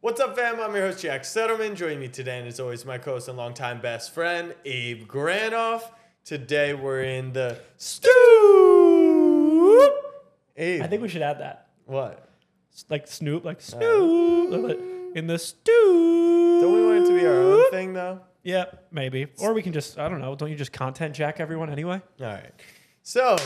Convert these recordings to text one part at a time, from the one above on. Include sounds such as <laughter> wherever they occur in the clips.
What's up, fam? I'm your host, Jack Settleman. Joining me today, and as always, my co host and longtime best friend, Abe Granoff. Today, we're in the stoop. Abe, I think we should add that. what? S- Like Snoop, Uh-huh. like Snoop like, in the stew. Don't we want it to be our own thing, though? Yeah, maybe. Or we can just, I don't know, don't you just content jack everyone anyway? All right. So,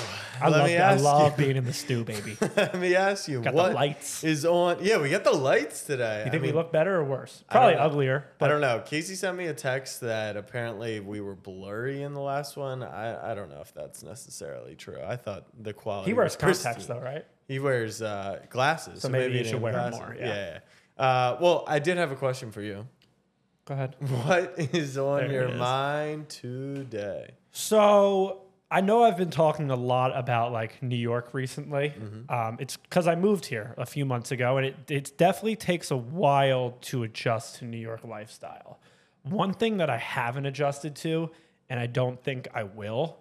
I let, love, me I ask love being in the stew, baby. you, <laughs> let me ask you, Got the what lights. You is on? Yeah, we got the lights today. think I mean, we look better or worse? Probably know. uglier. I But don't know. Casey sent me a text that apparently we were blurry in the last one. I, I don't know if that's necessarily true. I thought the quality. he wears was contacts pristine. though, right? He wears uh, glasses. So, maybe you he should didn't wear 'em glasses. more, Yeah. yeah. yeah. Uh, well, I did have a question for you. <laughs> Go ahead. What is on There it your is. mind today? So I know I've been talking a lot about like New York recently. Um, it's because I moved here a few months ago, and it it definitely takes a while to adjust to New York lifestyle. One thing that I haven't adjusted to, and I don't think I will,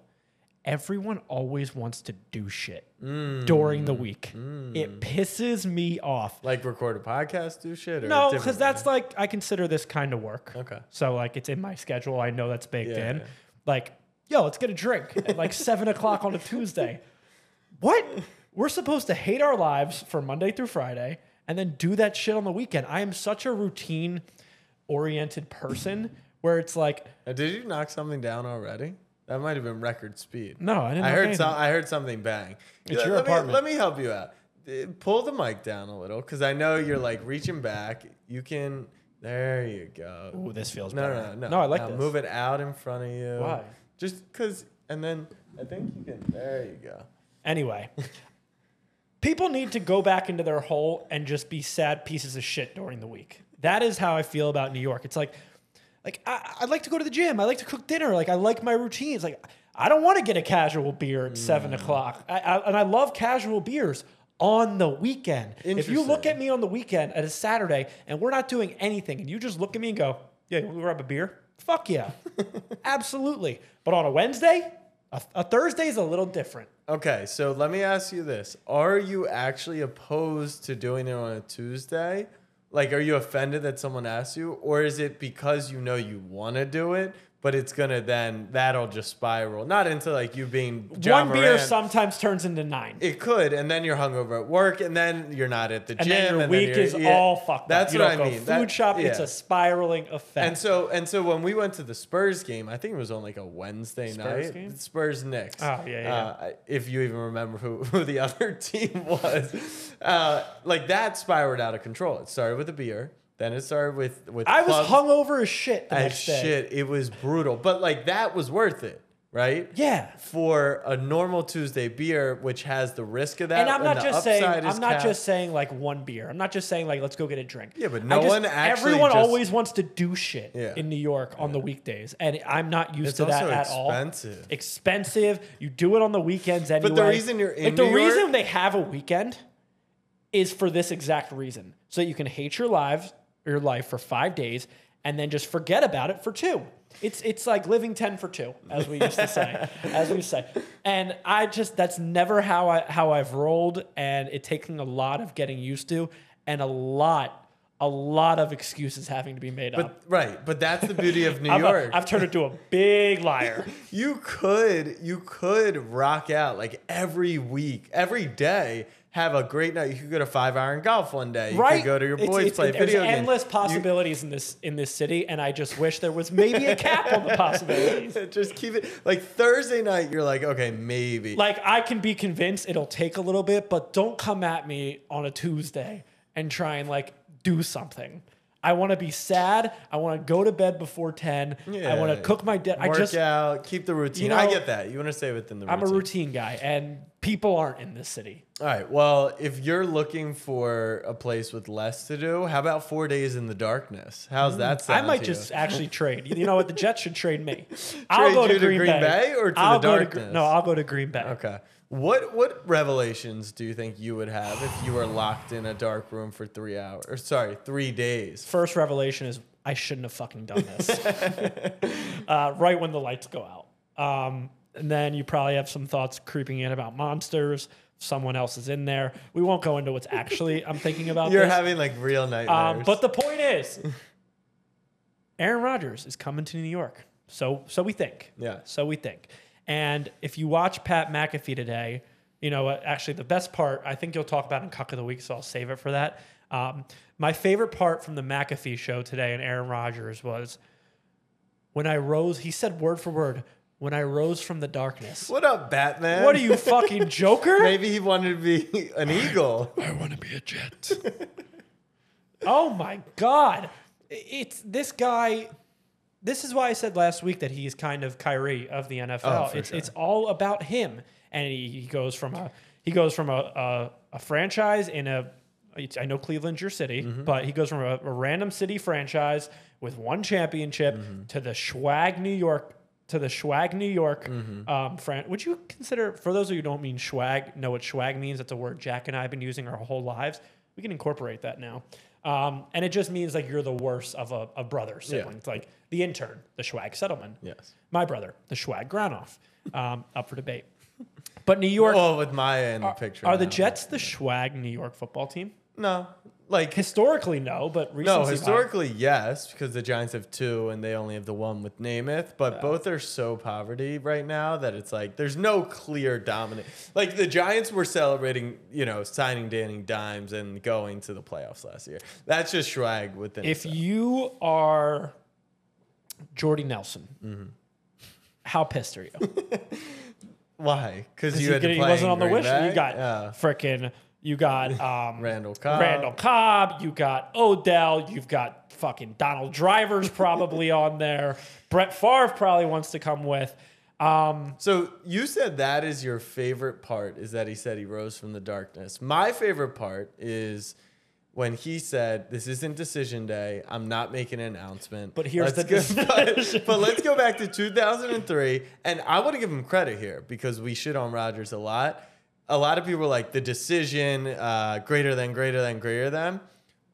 everyone always wants to do shit during the week. It pisses me off. Like record a podcast, do shit? Or No, different because that's like I consider this kind of work. Okay. So like it's in my schedule. I know that's baked Yeah, in. yeah. Like, yo, let's get a drink at <laughs> like seven o'clock on a Tuesday. What? We're supposed to hate our lives for Monday through Friday and then do that shit on the weekend. I am such a routine oriented person where it's like, Uh, Did you knock something down already? That might have been record speed. no, I didn't. I know heard anything. some, I heard something bang. It's Let- your let me- apartment. let me help you out. Uh, Pull the mic down a little because I know you're like reaching back. You can. There you go. Ooh, this feels no, better. no, no, No, I like Now this. Move it out in front of you. Why? Just because. And then I think you can. There you go. Anyway, people need to go back into their hole and just be sad pieces of shit during the week. That is how I feel about New York. It's like, like I, I like to go to the gym. I like to cook dinner. Like I like my routines. Like I don't want to get a casual beer at seven o'clock. I, I, and I love casual beers on the weekend. If you look Interesting. at me on the weekend at a Saturday and we're not doing anything, and you just look at me and go, "Yeah, you want to grab a beer." Fuck yeah, absolutely. But on a Wednesday, a, a Thursday is a little different. Okay, so let me ask you this: Are you actually opposed to doing it on a Tuesday? Like, are you offended that someone asked you, or is it because you know you want to do it, but it's gonna then that'll just spiral, not into like you being John one beer Morant. sometimes turns into nine. It could, and then you're hungover at work, and then you're not at the and gym, then your and week you're- is yeah, all fucked That's up. You what don't I go mean. Food That- shop, it's yeah. a spiraling effect. And so and so when we went to the Spurs game, I think it was on like a Wednesday Spurs night. game? Spurs Knicks. Oh, yeah, yeah, Uh, I- if you even remember who, <laughs> who the other team was, uh, like that spiraled out of control. It started with a beer, then it started with with. I was clubs hungover as shit the as next day. shit. It was brutal, but like that was worth it, right? Yeah. For a normal Tuesday beer, which has the risk of that, And I'm not the just saying upside is I'm not capped. just saying like one beer. I'm not just saying like let's go get a drink. Yeah, but I no just- one actually Everyone just- always wants to do shit Yeah. in New York on the weekdays, and I'm not used It's to that also at expensive. all. Expensive. You do it on the weekends anyway. the reason you're in like the New reason York- they have a weekend is for this exact reason, so that you can hate your lives, your life for five days, and then just forget about it for two. It's it's like living ten for two, as we used <laughs> to say, as we say. And I just that's never how I how I've rolled, and it taking a lot of getting used to, and a lot, a lot of excuses having to be made up. But right, but that's the beauty <laughs> of New I'm a- York. I've turned into a big liar. <laughs> You could you could rock out like every week, every day. Have a great night. You could go to Five Iron Golf one day. You right? could go to your It's- boys it's- play there's video games. endless You- possibilities in this in this city, and I just wish there was maybe a cap on the possibilities. <laughs> just keep it like Thursday night. You're like, okay, maybe. Like I can be convinced it'll take a little bit, but don't come at me on a Tuesday and try and like do something. I want to be sad. I want to go to bed before ten. I want Yeah. to cook my dinner. I work just out, keep the routine. know, I get that. You want to stay within the routine. I'm a routine guy, and people aren't in this city. All right. Well, if you're looking for a place with less to do, how about four days in the darkness? How's that sound? Mm. I might to you? just actually trade. You know what? The Jets should <laughs> trade me. I'll Trade go you to Green, Bay. or to the I'll go Gre- darkness? no, I'll go to Green Bay. Okay. What what revelations do you think you would have if you were locked in a dark room for three hours? Or sorry, three days. first revelation is I shouldn't have fucking done this. uh, right when the lights go out. Um, and then you probably have some thoughts creeping in about monsters, someone else is in there. We won't go into what's actually I'm thinking about. You're this. having like real nightmares. Um, but the point is, <laughs> Aaron Rodgers is coming to New York. So so we think. Yeah. So we think. And if you watch Pat McAfee today, you know what, actually the best part I think you'll talk about in Cuck of the Week, so I'll save it for that. Um, my favorite part from the McAfee show today and Aaron Rodgers was when I rose. He said word for word, "When I rose from <laughs> the darkness." what up, Batman? What are you fucking Joker? Maybe he wanted to be <laughs> an <laughs> eagle. I want to be a jet. oh my god. It's this guy this is why I said last week that he is kind of Kyrie of the NFL. Oh, for it's sure. it's all about him. And he, he goes from a he goes from a a, a franchise in a it's- I know Cleveland's your city, but he goes from a, a random city franchise with one championship to the swag New York to the swag New York um, fran- Would you consider for those of you who don't mean swag know what swag means? That's a word Jack and I have been using our whole lives. We can incorporate that now, um, and it just means like you're the worst of a, a brother sibling. It's like the intern, the swag settlement. Yes. My brother, the swag Granoff, um, up for debate. But New York, Oh, with Maya in the picture. are the now. Jets the swag New York football team? No, like Historically, no, but recently, no. Historically, yes, because the Giants have two and they only have the one with Namath. But both are so poverty right now that it's like there's no clear dominant. Like the Giants were celebrating, you know, signing Danny Dimes and going to the playoffs last year. That's just swag within. if itself. you are Jordy Nelson, <laughs> how pissed are you? why? Because He, you had get- to he play wasn't in on the Green wish. Bay? You got Yeah. frickin' you <laughs> got um, Randall Cobb. Randall Cobb. You got Odell. You've got fucking Donald <laughs> Driver's probably on there. Brett Favre probably wants to come with. Um, So you said that is your favorite part is that he said he rose from the darkness. My favorite part is when he said, "This isn't decision day. I'm not making an announcement." But here's Let's the go- <laughs> but, but let's go back to 2003, and I want to give him credit here because we shit on Rodgers a lot. A lot of people were like the decision uh, greater than greater than greater than,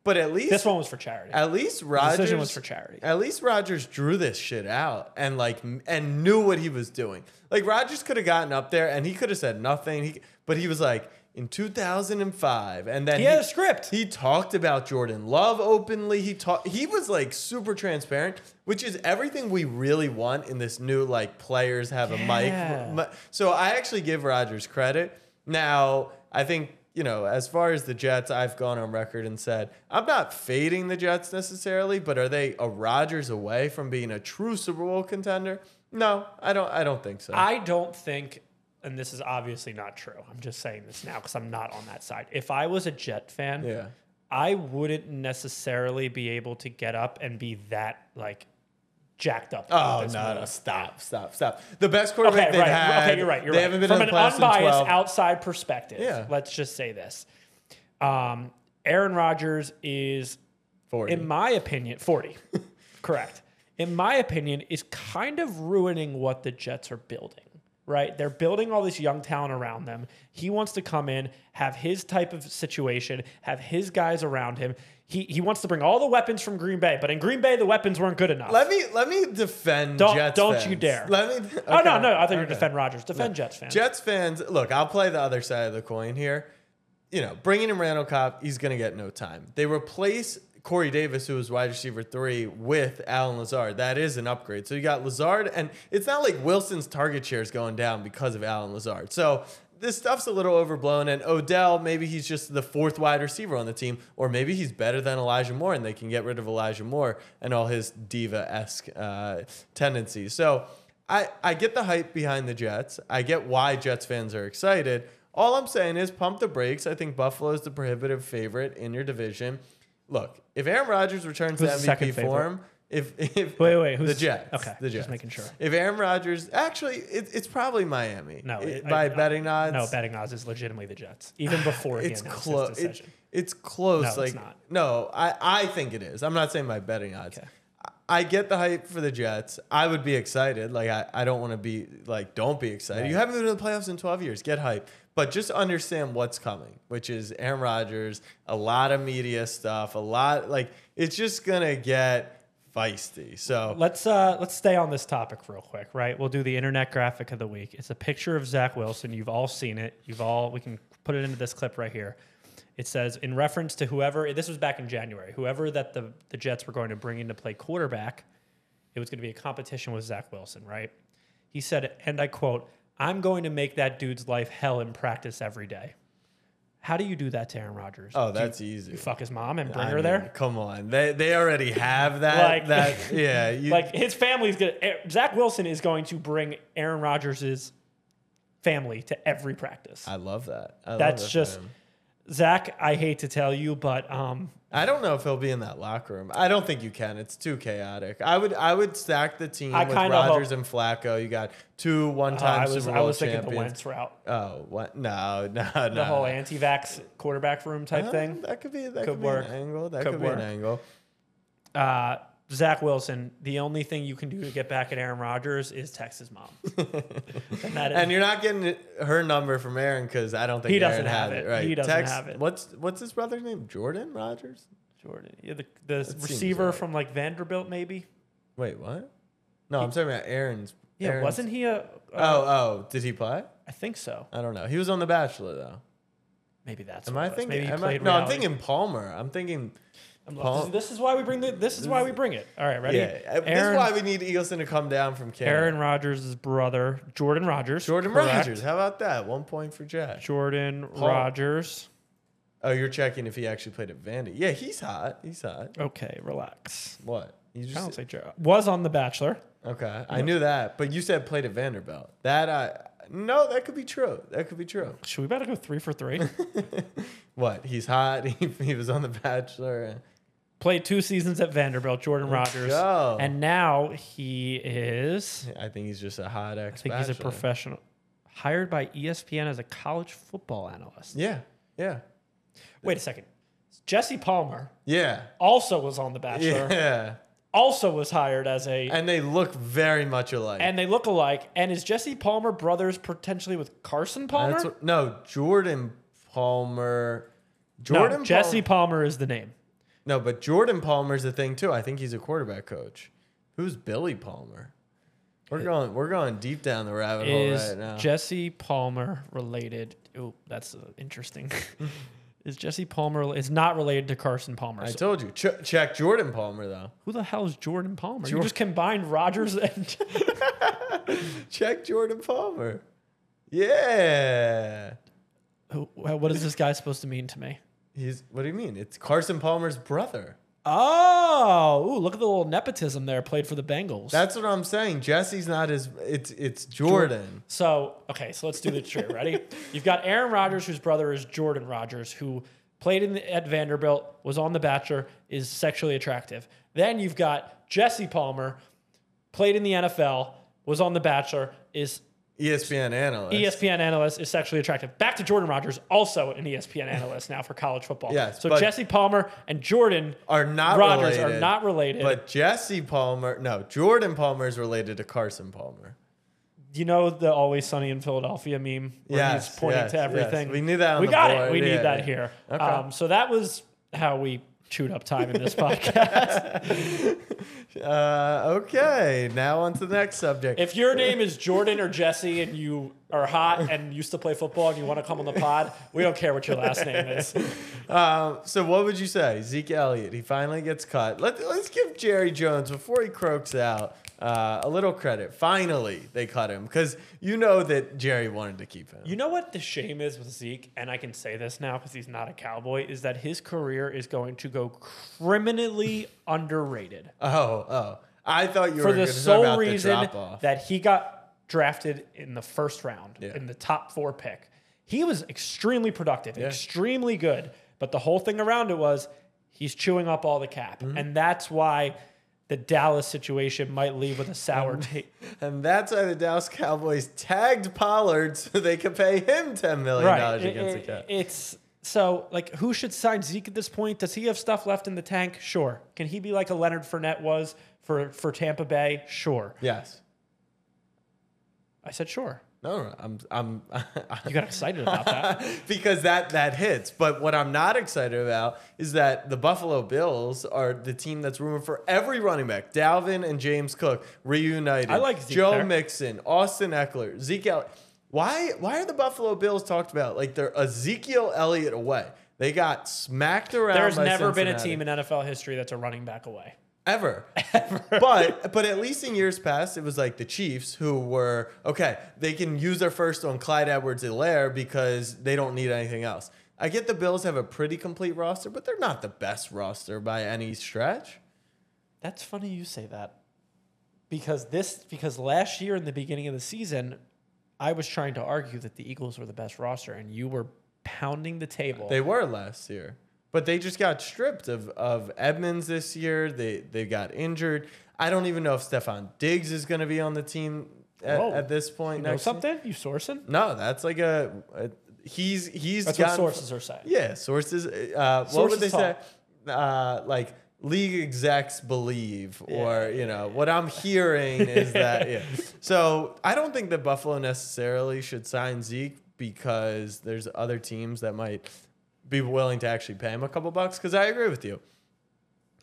but at least this one was for charity. at least decision Rodgers was for charity. At least Rodgers drew this shit out and like m- and knew what he was doing. Like Rodgers could have gotten up there and he could have said nothing. He, but he was like in 2005, and then He had a script. He talked about Jordan Love openly. He talked. He was like super transparent, which is everything we really want in this new like players have Yeah. a mic. mi- So I actually give Rodgers credit. Now I think you know as far as the Jets, I've gone on record and said I'm not fading the Jets necessarily, but are they a Rodgers away from being a true Super Bowl contender? No, I don't. I don't think so. I don't think, and this is obviously not true. I'm just saying this now because I'm not on that side. If I was a Jet fan, Yeah. I wouldn't necessarily be able to get up and be that like jacked up. about Oh this no, moment. no! Stop! Stop! Stop! The best quarterback Okay, they've right. had. okay, you're right. You're they right. haven't been From in the an playoffs in unbiased 12. outside perspective. Yeah. Let's just say this. Um, Aaron Rodgers is 40. in my opinion, 40. <laughs> Correct. In my opinion, is kind of ruining what the Jets are building, right? They're building all this young talent around them. He wants to come in, have his type of situation, have his guys around him. He, he wants to bring all the weapons from Green Bay, but in Green Bay, the weapons weren't good enough. Let me let me defend Don't- Jets don't fans. you dare. Let me. Oh, no, okay, no. I thought you were okay. defend Rodgers. Defend Jets fans. Jets fans. Look, I'll play the other side of the coin here. You know, bringing in Randall Cobb, he's going to get no time. They replace Corey Davis, who was wide receiver three, with Alan Lazard. That is an upgrade. So you got Lazard, and it's not like Wilson's target share is going down because of Alan Lazard. So this stuff's a little overblown. And Odell, maybe he's just the fourth wide receiver on the team, or maybe he's better than Elijah Moore, and they can get rid of Elijah Moore and all his diva esque uh, tendencies. So I, I get the hype behind the Jets. I get why Jets fans are excited. All I'm saying is pump the brakes. I think Buffalo is the prohibitive favorite in your division. Look, if Aaron Rodgers returns Who's the to MVP second favorite? form, if if Wait, wait, the who's- Jets? okay, the just Jets. making sure. If Aaron Rodgers, actually, it, it's probably Miami. No, It- it- by I- betting odds. no, betting odds is legitimately the Jets, even before he it's announced close. his It, decision. it's close. No, it's like not. no, I I think it is. I'm not saying my betting odds. I- I get the hype for the Jets. I would be excited. Like I, I don't want to be like don't be excited. You haven't been to the playoffs in 12 years. Get hype. But just understand what's coming, which is Aaron Rodgers, a lot of media stuff, a lot like it's just gonna get feisty. So Let's uh, let's stay on this topic real quick, right? We'll do the internet graphic of the week. It's a picture of Zach Wilson. You've all seen it. You've all we can put it into this clip right here. It says, in reference to whoever, this was back in January, whoever that the, the Jets were going to bring in to play quarterback, it was going to be a competition with Zach Wilson, right? He said, and I quote, I'm going to make that dude's life hell in practice every day. How do you do that to Aaron Rodgers? Oh, that's easy. You fuck his mom and bring I her mean, there? Come on, they they already have that. <laughs> Like- that yeah, you, <laughs> Like his family's gonna A- Zach Wilson is going to bring Aaron Rodgers' family to every practice. I love that. I love That's that for just him. Zach, I hate to tell you, but um I don't know if he'll be in that locker room. I don't think you can. It's too chaotic. I would I would stack the team I with kinda hope- Rodgers and Flacco. You got two one uh, time I Super was Bowl Uh, I was thinking the champions. Wentz route. oh, what? No, <laughs> no, no. The whole anti vax quarterback room type Uh, thing. that could be that could, Could be work. an angle. That Could could, be work. an angle. Uh Zach Wilson, the only thing you can do to get back at Aaron Rodgers is text <laughs> his mom. and that is And you're not getting her number from Aaron because I don't think He doesn't Aaron had have it. Right? He doesn't Text- have it. What's what's his brother's name? Jordan Rogers. Jordan. Yeah, the the seems receiver right. from like Vanderbilt, maybe. Wait, what? No, I'm talking about Aaron's. Yeah, Aaron's- wasn't he a? Oh, oh, did he play? I think so. I don't know. He was on The Bachelor though. Maybe that's. Am what I it was. thinking? Maybe he am I- played no, I'm reality. thinking Palmer. I'm thinking. I'm Paul- this, this is why we bring the, this is why we bring it. All right, ready? Yeah, uh, this is Aaron, why we need Eagleson to come down from Canada. Aaron Rodgers' brother, Jordan Rodgers. Jordan correct. Rogers. How about that? One point for Jack. Jordan Rodgers. Oh, you're checking if he actually played at Vandy. Yeah, he's hot. He's hot. Okay, relax. What? You I don't just say Joe. Was on The Bachelor. okay. I knew that, but you said played at Vanderbilt. That I no, that could be true. That could be true. Should we about to go three <laughs> for three? What? He's hot. <laughs> He, he was on The Bachelor. Played two seasons at Vanderbilt, Jordan Rodgers. go. And now he is I think he's just a hot I ex. think he's a professional hired by E ESPN as a college football analyst. Yeah. Yeah. Wait a second. Jesse Palmer Yeah. also was on The Bachelor, Yeah. also was hired as a And they look very much alike. and they look alike. And is Jesse Palmer brothers potentially with Carson Palmer? That's what- no, Jordan Palmer. no, Jordan Jesse Palmer, Palmer is the name. no, but Jordan Palmer's a thing too. I think he's a quarterback coach. Who's Billy Palmer? We're going we're going deep down the rabbit hole Is Oh, right now. Jesse Palmer related? Oh, that's uh, <laughs> interesting. is Jesse Palmer is not related to Carson Palmer? I So told you. Ch- check Jordan Palmer though. <laughs> who the hell is Jordan Palmer? you just combined Rogers and <laughs> Check Jordan Palmer. Yeah. who, what is this guy supposed to mean to me? He's what do you mean? It's Carson Palmer's brother. Oh, ooh, look at the little nepotism there. Played for the Bengals. That's what I'm saying. Jesse's not his it's it's Jordan. So, okay, so let's do the tree. <laughs> Ready? You've got Aaron Rodgers, whose brother is Jordan Rodgers, who played in the, at Vanderbilt, was on The Bachelor, is sexually attractive. Then you've got Jesse Palmer, played in the NFL, was on The Bachelor, is E ESPN analyst. ESPN analyst, is sexually attractive. Back to Jordan Rodgers, also an E ESPN analyst now for college football. Yes, so but- Jesse Palmer and Jordan are not Rodgers related. are not related. But Jesse Palmer, no, Jordan Palmer is related to Carson Palmer. you know the always sunny in Philadelphia meme where Yes, he's pointing yes, to yes. everything. We knew that on we the got it. board. We Yeah, need that yeah. here. Okay. Um, so that was how we chewed up <laughs> time in this podcast. Uh, okay, now on to the next subject. if your name is Jordan or Jesse and you are hot and used to play football and you want to come on the pod, we don't care what your last name is. Um, so, what would you say, Zeke Elliott? He finally gets cut. Let, let's give Jerry Jones before he croaks out uh, a little credit. Finally, they cut him because you know that Jerry wanted to keep him. You know what the shame is with Zeke, and I can say this now because he's not a cowboy, is that his career is going to go criminally underrated. oh, oh, I thought you for were the going to talk sole about the reason drop off. that he got drafted in the first round Yeah. in the top four pick. He was extremely productive, Yeah. extremely good, but the whole thing around it was he's chewing up all the cap, Mm-hmm. and that's why the Dallas situation might leave with a sour <laughs> taste. And that's why the Dallas Cowboys tagged Pollard so they could pay him ten million dollars It- against it- the cap. It's so like who should sign Zeke at this point? Does he have stuff left in the tank? Sure. Can he be like a Leonard Fournette was for for Tampa Bay? Sure. Yes. I said sure. No, no, I'm, I'm, <laughs> You got excited about that. because that that hits. But what I'm not excited about is that the Buffalo Bills are the team that's rumored for every running back. Dalvin and James Cook reunited. I like Zeke Joe there. Mixon, Austin Eckler, Zeke. Elliott. Why why are the Buffalo Bills talked about like they're Ezekiel Elliott away? They got smacked around. There's by never been a Cincinnati. team in NFL history that's a running back away. <laughs> ever. But but at least in years past, it was like the Chiefs who were okay. They can use their first on Clyde Edwards-Helaire because they don't need anything else. I get the Bills have a pretty complete roster, but they're not the best roster by any stretch. That's funny you say that. Because this because last year in the beginning of the season, I was trying to argue that the Eagles were the best roster and you were pounding the table. They were last year, but they just got stripped of of Edmonds this year. They they got injured. I don't even know if Stefan Diggs is going to be on the team at, Whoa. at this point. you know next year. something? You sourcing? No, that's like a, a- he's he's That's what gotten- sources are saying. Yeah, sources. Uh, what would Sources they talk. say? Uh, like league execs believe, or you know, what I'm hearing is that. <laughs> Yeah. So I don't think that Buffalo necessarily should sign Zeke because there's other teams that might be willing to actually pay him a couple bucks. Because I agree with you.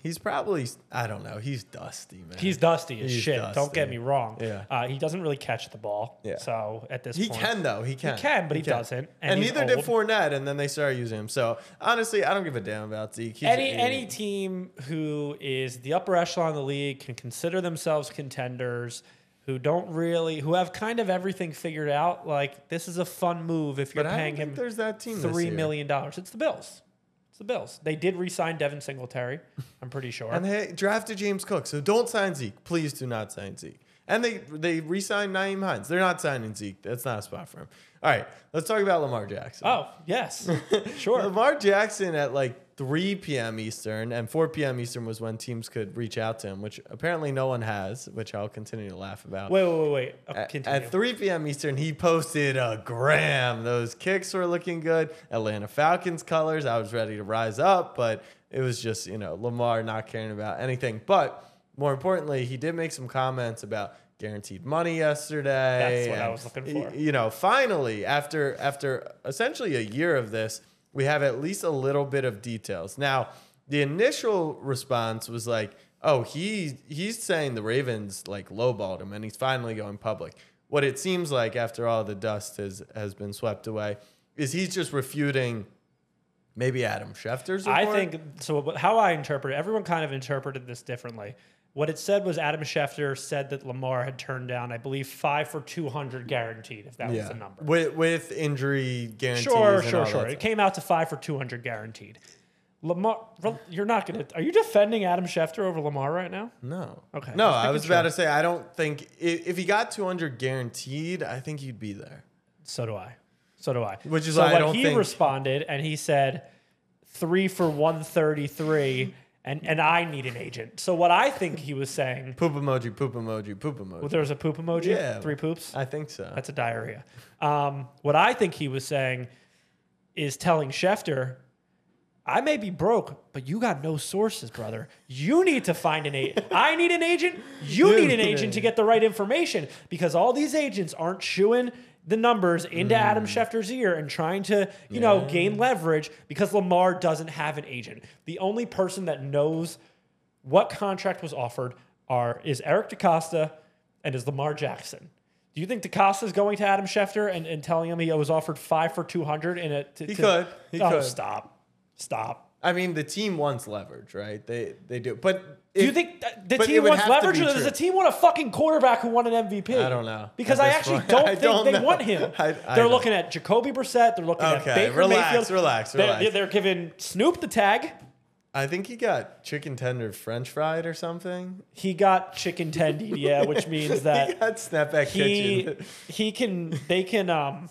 He's probably I don't know. He's dusty, man. He's dusty as He's shit. Don't dusty. get me wrong. Yeah. Uh, he doesn't really catch the ball. Yeah. So at this He point, can though. He can. can, but he doesn't, and And, he's neither did old. Fournette, and then they started using him. So honestly, I don't give a damn about Zeke. He's any an any idiot. team who is the upper echelon of the league can consider themselves contenders who don't really who have kind of everything figured out like this is a fun move if you're But I don't paying think him there's that team this three year. million dollars it's the bills it's the bills they did re-sign devin singletary i'm pretty <laughs> sure And they drafted James Cook, so don't sign Zeke. Please do not sign Zeke. And they they re-signed Naeem Hines. They're not signing Zeke. That's not a spot for him. All right, let's talk about Lamar Jackson. oh <laughs> yes sure Lamar Jackson at like 3 p.m. Eastern and 4 p.m. Eastern was when teams could reach out to him, which apparently no one has, which I'll continue to laugh about. wait wait wait wait Uh, At- <laughs> continue At 3 p.m. Eastern, he posted a gram. Those kicks were looking good. Atlanta Falcons colors. I was ready to rise up, but it was just, you know, Lamar not caring about anything. But more importantly, he did make some comments about guaranteed money yesterday. That's what I and, was looking y- for. You know, finally, after after essentially a year of this, we have at least a little bit of details. Now, the initial response was like, "Oh, he he's saying the Ravens like lowballed him, and he's finally going public." What it seems like after all the dust has has been swept away is he's just refuting maybe Adam Schefter's. I report. think so. what- How I interpret it, everyone kind of interpreted this differently. What it said was Adam Schefter said that Lamar had turned down, I believe, five for 200 guaranteed, if that was yeah, the number. with with injury guarantees. and Sure, all sure, that sure. stuff. It came out to five for 200 guaranteed. Lamar, you're not going to. Are you defending Adam Schefter over Lamar right now? No. Okay, No, just I making was about to say I don't think if, if he got 200 guaranteed, I think he'd be there. So do I. So do I. Which is so why I when don't he think- responded and he said three for 133, and, and I need an agent. So what I think he was saying, Poop emoji, poop emoji, poop emoji. well, there was a poop emoji, Yeah. three poops. I think so. That's a diarrhea. Um, what I think he was saying is telling Schefter, I may be broke, but you got no sources, brother. You need to find an agent. <laughs> I need an agent. You need an agent to get the right information because all these agents aren't shooing the numbers into Adam Schefter's ear and trying to, you know, gain leverage because Lamar doesn't have an agent. The only person that knows what contract was offered are is Eric DaCosta and is Lamar Jackson. Do you think DaCosta is going to Adam Schefter and, and telling him he was offered five for 200 in it? To, He could. He oh, could. stop. Stop. I mean, the team wants leverage, right? They they do. But Do if- you think th- the but it team would wants have to leverage be or does the true. team want a fucking quarterback who won an MVP? I don't know. Because At I this actually point, <laughs> don't I think don't they know. want him. I- I they're don't. looking at Jacoby Brissett. They're looking at Okay, Baker relax, Mayfield. relax, They're- relax. they're giving Snoop the tag. I think he got chicken tender french fried or something. He got chicken tendied, yeah, which means <laughs> that he got snapback <laughs> he kitchen. he can they can um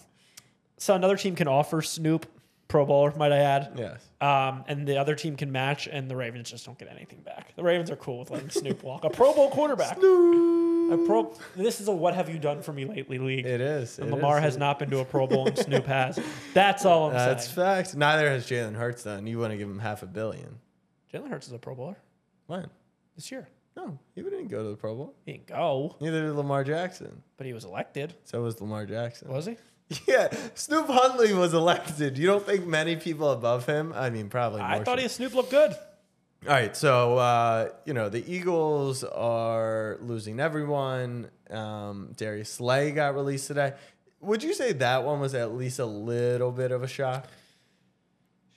so another team can offer Snoop Pro Bowler, might I add. Yes. Um, and the other team can match, and the Ravens just don't get anything back. The Ravens are cool with letting Snoop <laughs> walk. A Pro Bowl quarterback. A pro. This is a what have you done for me lately league. It is. and it Lamar is. has not been to a <laughs> Pro Bowl, and Snoop has. That's all I'm That's saying. facts. Neither has Jalen Hurts done. You want to give him half a billion. Jalen Hurts is a Pro Bowler When? this year. No, he didn't go to the Pro Bowl. He didn't go, Neither did Lamar Jackson. but he was elected. So was Lamar Jackson. Was he? <laughs> Yeah, Snoop Huntley was elected. You don't think many people above him? I mean, probably. More I thought should- he Snoop looked good. All right, so uh, you know the Eagles are losing everyone. Um, Darius Slay got released today. Would you say that one was at least a little bit of a shock?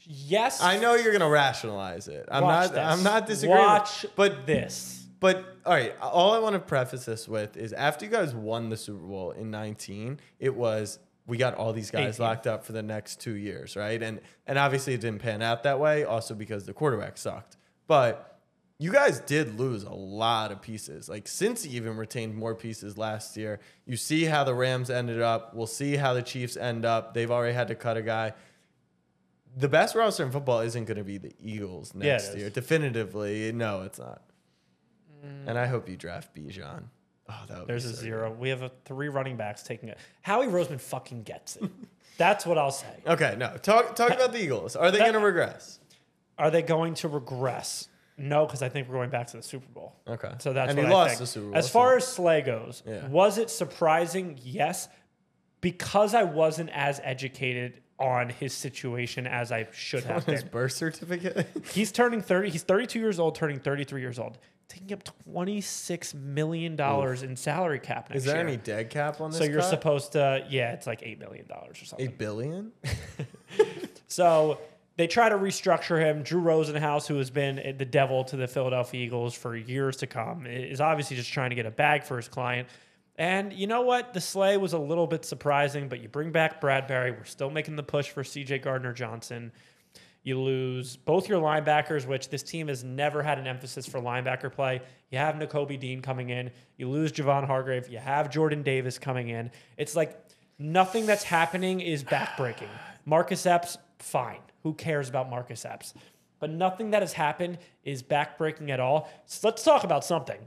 Yes. I know you're gonna rationalize it. I'm Watch not. this. I'm not disagreeing. with- Watch but this. But all right, all I want to preface this with is after you guys won the Super Bowl in 19, it was we got all these guys 18. locked up for the next 2 years, right? And and obviously it didn't pan out that way also because the quarterback sucked. But you guys did lose a lot of pieces. Like since even retained more pieces last year. You see how the Rams ended up. We'll see how the Chiefs end up. They've already had to cut a guy. The best roster in football isn't going to be the Eagles it next is. year. Definitively, no, it's not. And I hope you draft Bijan. Oh, that would There's be a so zero. We have a three running backs taking it. Howie Roseman fucking gets it. <laughs> That's what I'll say. good. Okay, no. Talk talk about the Eagles. Are they That- going to regress? Are they going to regress? No, because I think we're going back to the Super Bowl. Okay. So that's and what he I lost think. the Super Bowl. As far as Slay goes, Yeah. was it surprising? Yes, because I wasn't as educated on his situation as I should so- <laughs> have his been. birth <laughs> certificate. He's turning 30. He's 32 years old, turning 33 years old, taking up 26 million dollars in salary cap next Is there year. any dead cap on this? so you're cut? supposed to, yeah, it's like eight million dollars or something. eight billion. <laughs> So they try to restructure him. Drew Rosenhaus, who has been the devil to the Philadelphia Eagles for years to come, is obviously just trying to get a bag for his client. And you know what? The sleigh was a little bit surprising, but you bring back Bradbury. We're still making the push for CJ Gardner Johnson. You lose both your linebackers, which this team has never had an emphasis for linebacker play. You have N'Kobe Dean coming in. You lose Javon Hargrave. You have Jordan Davis coming in. It's like nothing that's happening is backbreaking. Marcus Epps, fine. Who cares about Marcus Epps? But nothing that has happened is backbreaking at all. So let's talk about something.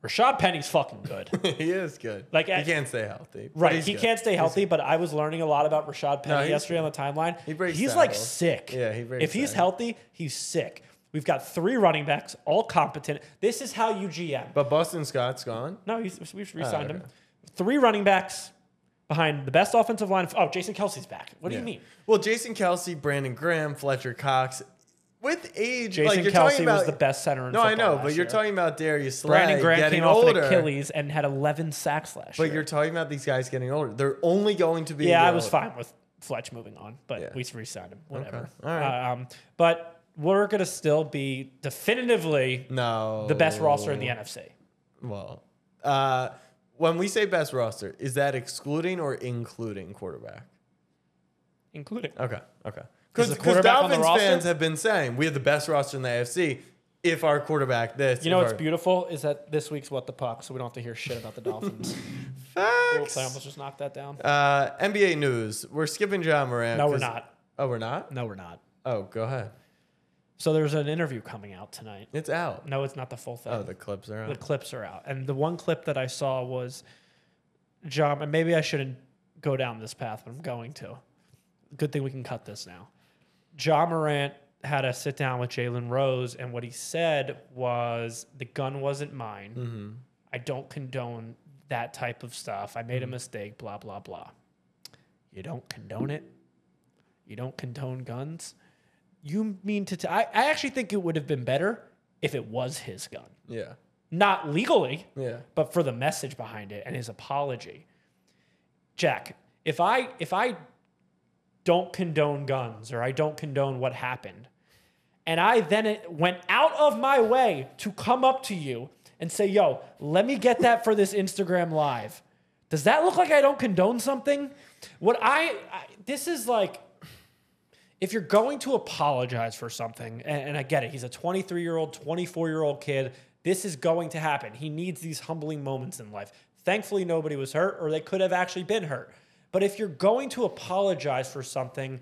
Rashad Penny's fucking good. he is good. Like, he I- can't stay healthy. but Right. he's He good. can't stay healthy, but I was learning a lot about Rashad Penny he's- yesterday on the timeline. he breaks he's like tackles. sick. Yeah, he breaks If he's tackles. healthy, he's sick. We've got three running backs, all competent. This is how you GM. But Boston Scott's gone. No, he's, we've re signed him. Oh, okay. Three running backs behind the best offensive line. Oh, Jason Kelsey's back. What do Yeah. you mean? Well, Jason Kelsey, Brandon Graham, Fletcher Cox. With age, Jason like you're Kelsey talking about, was the best center in No, I football know, last but you're year. talking about Darius Slay Brandon Graham getting came off older. an Achilles and had 11 sacks last But year. you're talking about these guys getting older. They're only going to be. Yeah, I older. was fine with Fletch moving on, but Yeah. we re-signed him. Whatever. All right. Uh, um, but we're gonna still be definitively No, the best roster Oh. in the NFC. Well, uh, when we say best roster, is that excluding or including quarterback? Including Okay, okay. Because Is the quarterback on the Dolphins roster? fans have been saying we have the best roster in the AFC. If our quarterback this, you know if what's our- beautiful is that this week's what the puck, so we don't have to hear shit about <laughs> the Dolphins. Facts. I almost just knocked that down. Uh, NBA news. We're skipping John Moran. No, we're 'cause- not. Oh, we're not. No, we're not. Oh, go ahead. So there's an interview coming out tonight. It's out. No, it's not the full thing. Oh, the clips are the out. clips are out. And the one clip that I saw was John, and maybe I shouldn't go down this path, but I'm going to. Good thing we can cut this now. John Morant had a sit down with Jalen Rose, and what he said was the gun wasn't mine. I don't condone that type of stuff. I made a mistake, blah, blah, blah. You don't condone it. You don't condone guns. You mean to? T- I, I actually think it would have been better if it was his gun Yeah, not legally, yeah. but for the message behind it and his apology. Jack, if I if I don't condone guns or I don't condone what happened, and I then went out of my way to come up to you and say, "Yo, let me get that for this Instagram live." Does that look like I don't condone something? What I, I this is like if you're going to apologize for something, and, and I get it, he's a 23 year old, 24 year old kid. This is going to happen. He needs these humbling moments in life. Thankfully, nobody was hurt, or they could have actually been hurt. But if you're going to apologize for something,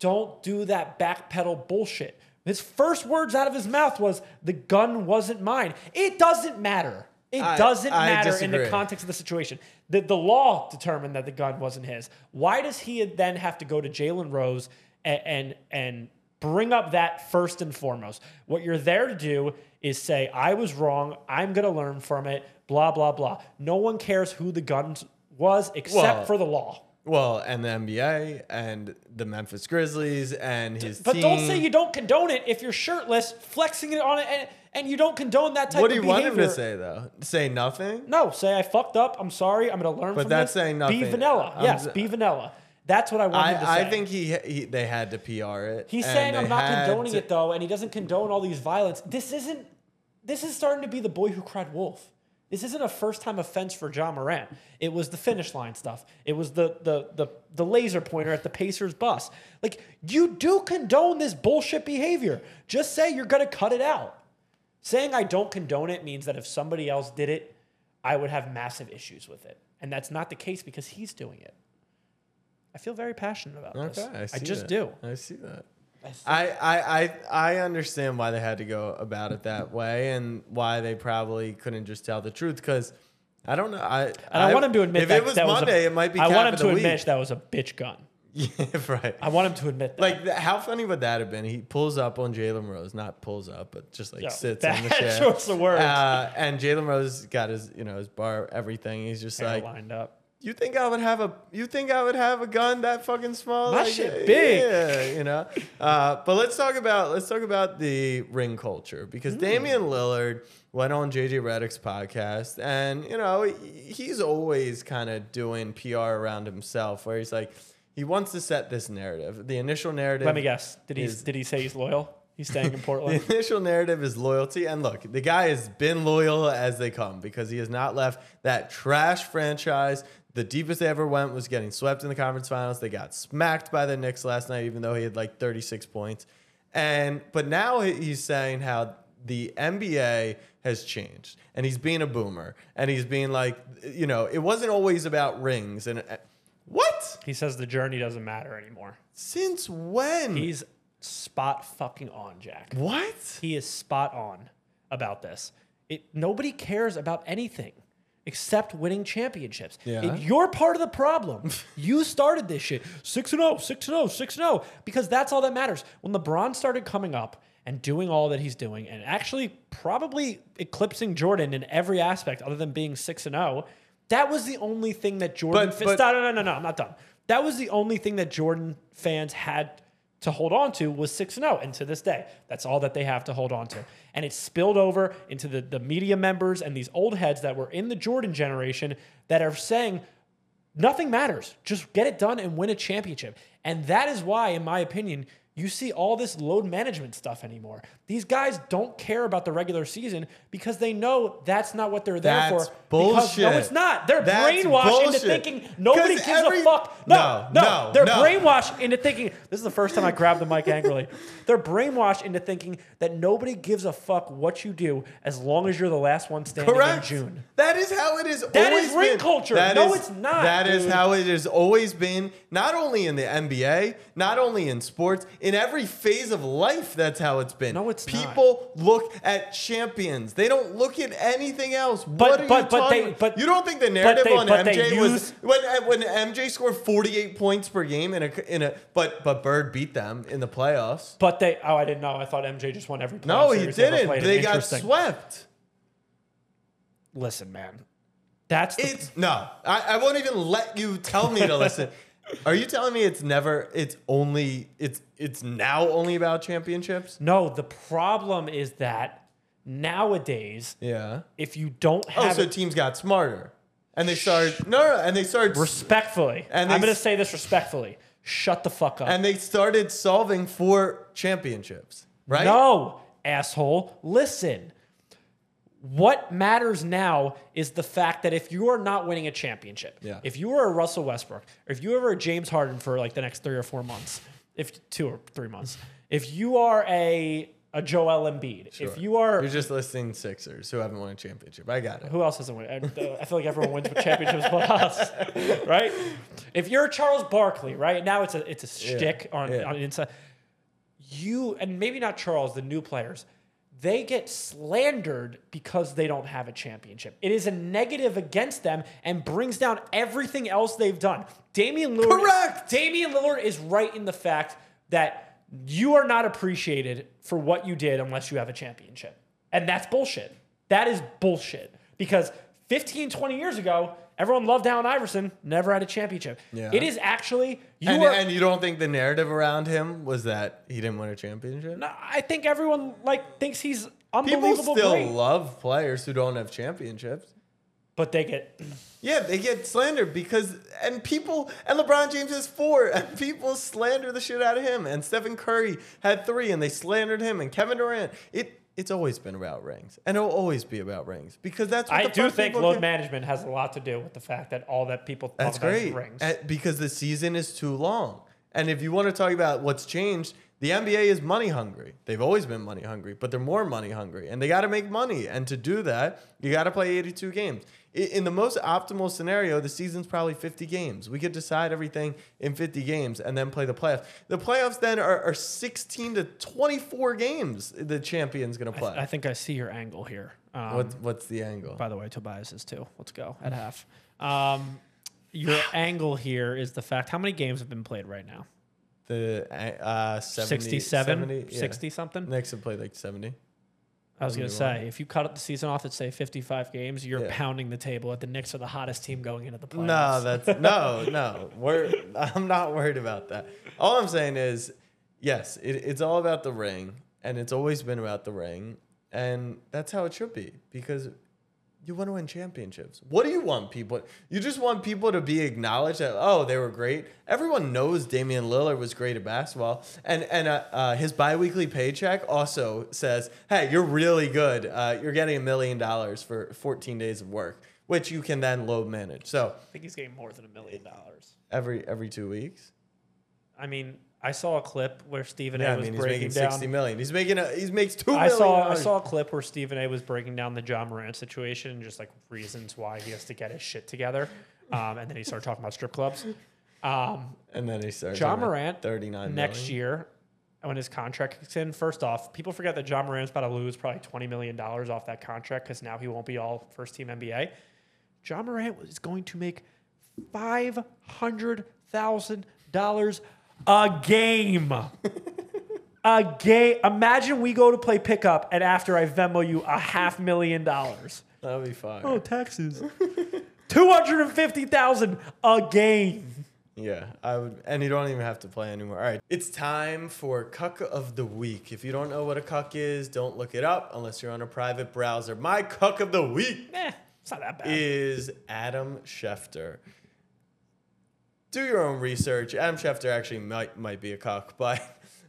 don't do that backpedal bullshit. His first words out of his mouth was, "The gun wasn't mine." It doesn't matter. It I- doesn't I matter in the disagree. context of the situation. The, the law determined that the gun wasn't his. Why does he then have to go to Jalen Rose and, and and bring up that first and foremost? What you're there to do is say, "I was wrong. I'm going to learn from it." Blah blah blah. No one cares who the gun was except Well, for the law. Well, and the NBA and the Memphis Grizzlies and his But team. don't say you don't condone it if you're shirtless, flexing it on it, and, and you don't condone that type What do of you behavior. want him to say though? Say nothing. No, say I fucked up. I'm sorry. I'm gonna learn. But from that's this. saying Be nothing. vanilla. I'm yes, s- be vanilla. That's what I want him to I, say. I think he, he they had to PR it. he's and saying I'm they not had condoning to- it though, and he doesn't condone all these violence. This isn't. This is starting to be the boy who cried wolf. This isn't a first time offense for John Morant. It was the finish line stuff. It was the the the the laser pointer at the Pacers bus. Like you do condone this bullshit behavior. Just say you're gonna cut it out. Saying I don't condone it means that if somebody else did it, I would have massive issues with it. And that's not the case because he's doing it. I feel very passionate about this. Okay, I, see just that. do. I see that. I see- I, I, I, I understand why they had to go about it that way and why they probably couldn't just tell the truth because I don't know. I, And I, want him to admit if that it was that Monday, was a, it might be. I cap want him of to the admit week. <laughs> that was a bitch gun. Yeah, right. I want him to admit that. <laughs> Like, th- how funny would that have been? He pulls up on Jalen Rose, not pulls up, but just like Yeah, sits <laughs> that on the chair. short's the worst. Uh, and Jalen Rose got his, you know, his bar, everything. He's just They're like, lined up. you think I would have a, you think I would have a gun that fucking small? My Like, shit big. Yeah, you know. Uh, but let's talk about let's talk about the ring culture because Damian Lillard went on JJ Redick's podcast, and you know he- he's always kind of doing PR around himself, where he's like. He wants to set this narrative. The initial narrative. Let me guess. Did he Is- did he say he's loyal? He's staying <laughs> in Portland. The initial narrative is loyalty. And look, the guy has been loyal as they come because he has not left that trash franchise. The deepest they ever went was getting swept in the conference finals. They got smacked by the Knicks last night, even though he had like 36 points. And but now he- he's saying how the NBA has changed and he's being a boomer and he's being like, you know, it wasn't always about rings and uh, what? he says the journey doesn't matter anymore. Since when? He's spot fucking on, Jack. what? He is spot on about this. It, nobody cares about anything except winning championships. Yeah. And you're part of the problem. <laughs> you started this shit 6 and 0, 6 and 0, 6 and 0 because that's all that matters. When LeBron started coming up and doing all that he's doing and actually probably eclipsing Jordan in every aspect other than being 6 and 0, that was the only thing that Jordan But- fi- but- Stop, no, no, no, no, I'm not done. That was the only thing that Jordan fans had to hold on to was 6 and 0 and to this day that's all that they have to hold on to and it spilled over into the, the media members and these old heads that were in the jordan generation that are saying nothing matters just get it done and win a championship and that is why in my opinion you see all this load management stuff anymore these guys don't care about the regular season because they know that's not what they're there That's for because bullshit. no it's not they're That's brainwashed into bullshit. thinking nobody 'Cause gives a every- fuck no no, No, no, they're no. brainwashed brainwashed into thinking this is the first time I grabbed the mic angrily. They're brainwashed into thinking that nobody gives a fuck what you do as long as you're the last one standing Correct. in June. That is how it is. That is always ring been. culture. No, it's not, That is dude. how it has always been. Not only in the NBA, not only in sports, in every phase of life. That's how it's been. No, it's not. People look at champions. They don't look at anything else. But- what are but- you but talking? they- about? but- you don't think the narrative they- on but they MJ was use- when when MJ scored forty eight points per game in a in a but but Bird beat them in the playoffs. But they oh I didn't know. I thought MJ just won every playoff No, he series they ever didn't. played. They got Interesting. swept. Listen, man. That's the, It's no. I, I won't even let you tell me to <laughs> listen. Are you telling me it's never? It's only. It's it's now only about championships. no, the problem is that nowadays Yeah. if you don't Oh, have so it- teams got smarter, and they started no, no, and they started respectfully And I'm they- gonna say this respectfully. Shut the fuck up. and they started solving for championships. Right. No, asshole. Listen. What matters now is the fact that if you are not winning a championship, Yeah. if you are a Russell Westbrook, or if you are a James Harden for like the next three or four months, if two or three months, if you are a a Joel Embiid, if you are You're just listing Sixers who haven't won a championship. I got it. who else hasn't won? I, uh, I feel like everyone wins with <laughs> championships but us, right? If you're Charles Barkley, right now it's a it's a shtick on yeah. on inside. You and maybe not Charles, the new players, they get slandered because they don't have a championship. It is a negative against them and brings down everything else they've done. Damian Lillard, Correct. Damian Lillard is right in the fact that you are not appreciated for what you did unless you have a championship, and that's bullshit. That is bullshit because 15, 20 years ago, everyone loved Allen Iverson, never had a championship. Yeah. It is actually you and, are. and you don't think the narrative around him was that he didn't win a championship? I think everyone like thinks he's People unbelievable still great, love players who don't have championships. but they get Yeah, they get slandered because and people and LeBron James has four <laughs> and people slander the shit out of him and Stephen Curry had three and they slandered him and Kevin Durant. It it's always been about rings and it'll always be about rings because that's what I the do fuck think people load care- management has a lot to do with the fact that all that people talk That's about is great rings. Uh, because the season is too long. And if you want to talk about what's changed, the NBA is money hungry. They've always been money hungry, but they're more money hungry, and they got to make money. And to do that, you got to play 82 games. I- In the most optimal scenario, the season's probably 50 games. We could decide everything in 50 games and then play the playoffs. The playoffs then are, are 16 to 24 games. The champion's gonna play. I think I see your angle here. Um, what's what's the angle? By the way, Tobias is too. Let's go at half. Um, <sighs> your angle here is the fact how many games have been played right now? The uh, 70, 67? 70? Yeah. 60 something? Next to play like 70. I was going to 71. say, if you cut the season off at, say, 55 games, you're Yeah. pounding the table at the Knicks are the hottest team going into the playoffs. No, that's no, no. We're, I'm not worried about that. All I'm saying is, yes, it, it's all about the ring, and it's always been about the ring, and that's how it should be because you want to win championships. What do you want people? You just want people to be acknowledged that oh, they were great. Everyone knows Damian Lillard was great at basketball, and and uh, uh, his biweekly paycheck also says, hey, you're really good. Uh, you're getting a million dollars for 14 days of work. Which you can then load manage. So I think he's getting more than a million dollars. every every two weeks. I mean, I saw a clip where Stephen Yeah, A I was mean he's breaking making down. sixty million. He's making a he makes two I million. saw I saw a clip where Stephen A was breaking down the John Moran situation and just like reasons why he has to get his shit together. Um, and then he started talking about strip clubs. Um, and then he starts John Morant thirty nine next year when his contract kicks in. First off, people forget that John Moran's about to lose probably twenty million dollars off that contract because now he won't be all first team NBA. John Morant is going to make five hundred thousand dollars a game. a game. Imagine we go to play pickup and after I Venmo you a half million dollars. That'll be fine. taxes. <laughs> Two hundred and fifty thousand a game. Yeah, I would, and you don't even have to play anymore. All right, it's time for cuck of the week. If you don't know what a cuck is, don't look it up unless you're on a private browser. My cuck of the week Eh, it's not that bad. is Adam Schefter. Do your own research. Adam Schefter actually might might be a cuck, <laughs> but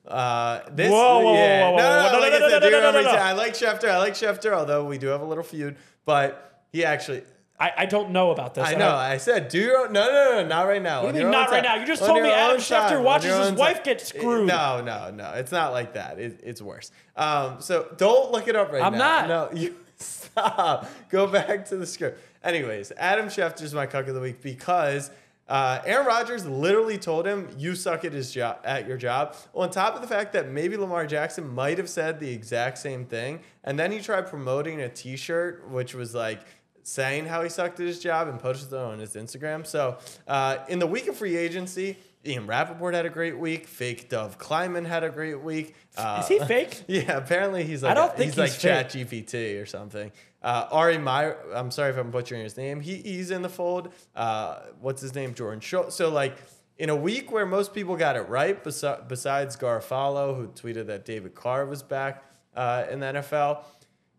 uh, this Whoa, whoa, yeah. whoa, whoa, no, whoa, no, no, no, like no, I said, no, do your no, own no, no, research. no. I like Schefter. I like Schefter, although we do have a little feud, but he actually. I, I don't know about this. I don't- know. I said, do your own. No, no, no, not right now. What do you On your mean not own right time. now? You just On told your me Adam own Schefter time. On watches your his own wife time. get screwed. No, no, no. It's not like that. It, it's worse. Um, so don't look it up right I'm now. <laughs> not. No, you stop. Go back to the script. Anyways, Adam Schefter's my cuck of the week because. Uh, Aaron Rodgers literally told him, "You suck at his job, at your job." On top of the fact that maybe Lamar Jackson might have said the exact same thing, and then he tried promoting a T-shirt, which was like, saying how he sucked at his job and posted it on his Instagram. So uh, in the week of free agency, Ian Rappaport had a great week. Fake Dove Kleiman had a great week. Uh, Is he fake? Yeah, apparently he's like don't think he's, like he's fake. Chat GPT or something. Uh, Ari Meyer, I'm sorry if I'm butchering his name. He, he's in the fold. Uh, what's his name? Jordan Schultz. So like in a week where most people got it right, besi- besides Garofalo, who tweeted that David Carr was back uh, in the NFL,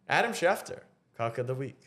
Adam Schefter, cock of the week.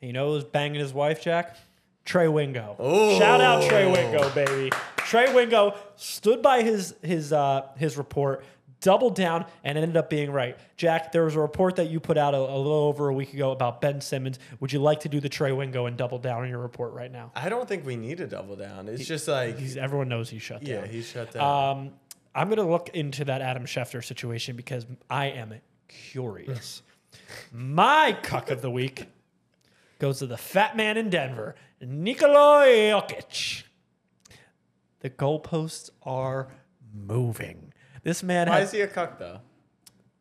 You know who's banging his wife, Jack? Trey Wingo. Ooh. Shout out Trey Wingo, baby. Trey Wingo stood by his his uh, his report, doubled down, and ended up being right. Jack, there was a report that you put out a, a little over a week ago about Ben Simmons. Would you like to do the Trey Wingo and double down on your report right now? I don't think we need to double down. It's just like, He's, everyone knows he's shut down. yeah, he shut down. Um, I'm going to look into that Adam Schefter situation because I am curious. <laughs> My cuck of the week goes to the fat man in Denver, Nikola Jokic. The goalposts are moving. This man Why has is he a cuck though?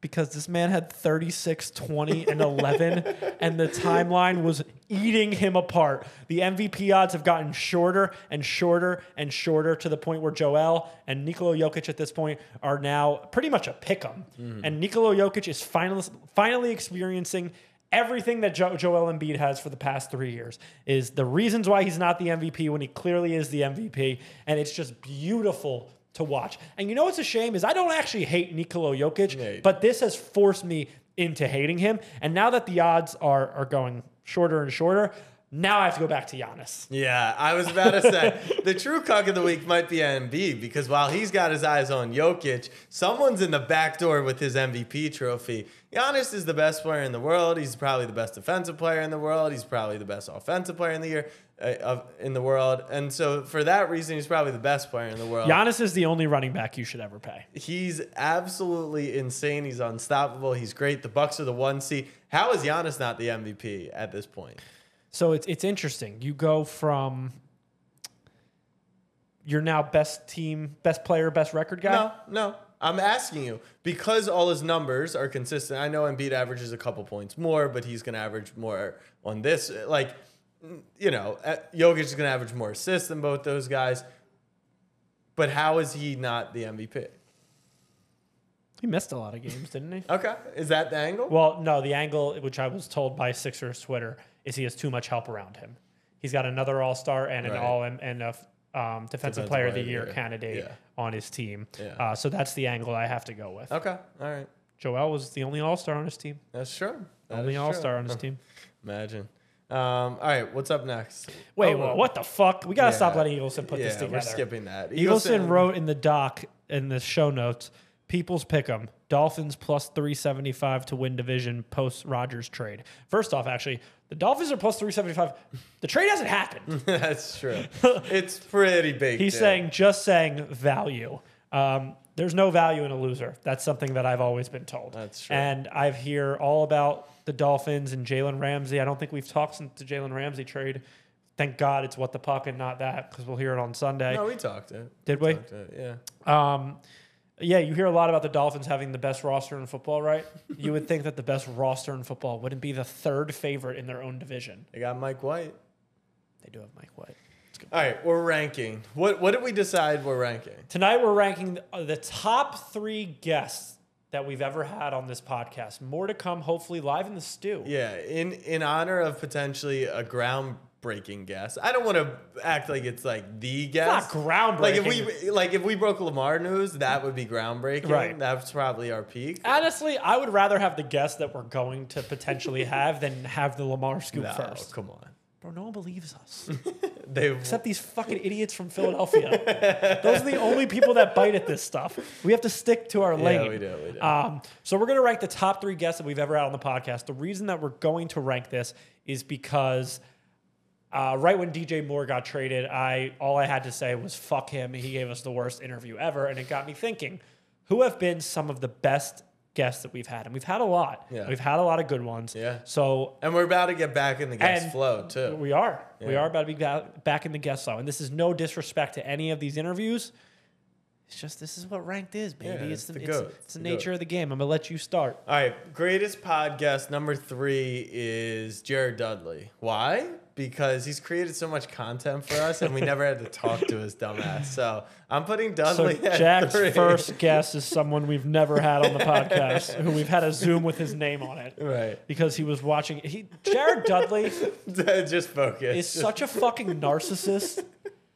because this man had 36, 20, and 11, and the timeline was eating him apart. The MVP odds have gotten shorter and shorter and shorter to the point where Joel and Nikola Jokic at this point are now pretty much a pick 'em. And Nikola Jokic is finally, finally experiencing everything that jo- Joel Embiid has for the past three years is the reasons why he's not the MVP when he clearly is the MVP, and it's just beautiful to watch. And you know what's a shame is I don't actually hate Nikola Jokic, Yeah, you but this has forced me into hating him. And now that the odds are are going shorter and shorter, now I have to go back to Giannis. Yeah, I was about to say the true cuck of the week might be Embiid because while he's got his eyes on Jokic, someone's in the back door with his MVP trophy. Giannis is the best player in the world. He's probably the best defensive player in the world. He's probably the best offensive player in the year uh, of in the world. And so for that reason, he's probably the best player in the world. Giannis is the only running back you should ever pay. He's absolutely insane. He's unstoppable. He's great. The Bucks are the one seed. How is Giannis not the MVP at this point? So it's it's interesting. You go from you're now best team, best player, best record guy. No, no. I'm asking you because all his numbers are consistent. I know Embiid averages a couple points more, but he's going to average more on this. Like, you know, eh, Jokic is going to average more assists than both those guys. But how is he not the MVP? He missed a lot of games, didn't he? Okay, is that the angle? Well, no, the angle which I was told by Sixers Twitter is he has too much help around him. He's got another All Star and an Right. All and a f- um, defensive, Player of the Year candidate Yeah. on his team. Yeah. Oh. Uh, so that's the angle I have to go with. okay, all right, Joel was the only All Star on his team. that's true. That Only is All true. Oh, Star <laughs> on his team. Imagine. Um, all right, what's up next? Wait, Oh, whoa, what the fuck? We gotta stop Yeah. letting Eagleson put this Yeah, together. we're skipping that. Eagleson wrote in the doc in the show notes, People's pick 'em. Dolphins plus 375 to win division post Rogers trade. First off, actually, the Dolphins are plus 375. The trade <laughs> hasn't <laughs> happened. That's <laughs> true. It's pretty big. He's saying just saying value. Um, there's no value in a loser. That's something that I've always been told. That's true. And I've hear all about the Dolphins and Jalen Ramsey. I don't think we've talked since the Jalen Ramsey trade. Thank God it's what the puck and not that because we'll hear it on Sunday. No, we talked it. Did we? Talked it, Yeah. Um, yeah, you hear a lot about the Dolphins having the best roster in football, right? you would think that the best roster in football wouldn't be the third favorite in their own division. They got Mike White. They do have Mike White. It's good. All right, we're ranking. What what did we decide we're ranking? Tonight we're ranking the, uh, the top three guests that we've ever had on this podcast. More to come, hopefully, live in the stew. Yeah, in in honor of potentially a groundbreaking guess. I don't want to act like it's like the guess. It's not groundbreaking. Like if we like if we broke Lamar news, that would be groundbreaking. Right. That's probably our peak. Honestly, I would rather have the guests that we're going to potentially <laughs> have than have the Lamar scoop No, first. come on. Bro, no one believes us. They except these fucking idiots from Philadelphia. Those are the only people that bite at this stuff. We have to stick to our lane. we do, we do. Um, so we're going to rank the top three guests that we've ever had on the podcast. The reason that we're going to rank this is because uh, right when DJ Moore got traded, I all I had to say was "fuck him." He gave us the worst interview ever, and it got me thinking: who have been some of the best guests that we've had? And we've had a lot. Yeah. We've had a lot of good ones. Yeah. So and we're about to get back in the guess And- flow too. we are. We Yeah. are about to be ba- back in the guest zone. And this is no disrespect to any of these interviews. It's just this is what ranked is, baby. Yeah, it's, it's the, the it's, goat. it's It's the the nature of the game. I'm gonna let <laughs> you start. All right, greatest podcast number three is Jared Dudley. Why? Because he's created so much content for us, and we never had to talk to his dumbass. So I'm putting So Dudley. at Jack's three. first guest is someone we've never had on the podcast, who we've had a Zoom with his name on it <laughs> Right. <laughs> because he was watching. He Jared Dudley Just focus. <laughs> is such a fucking narcissist.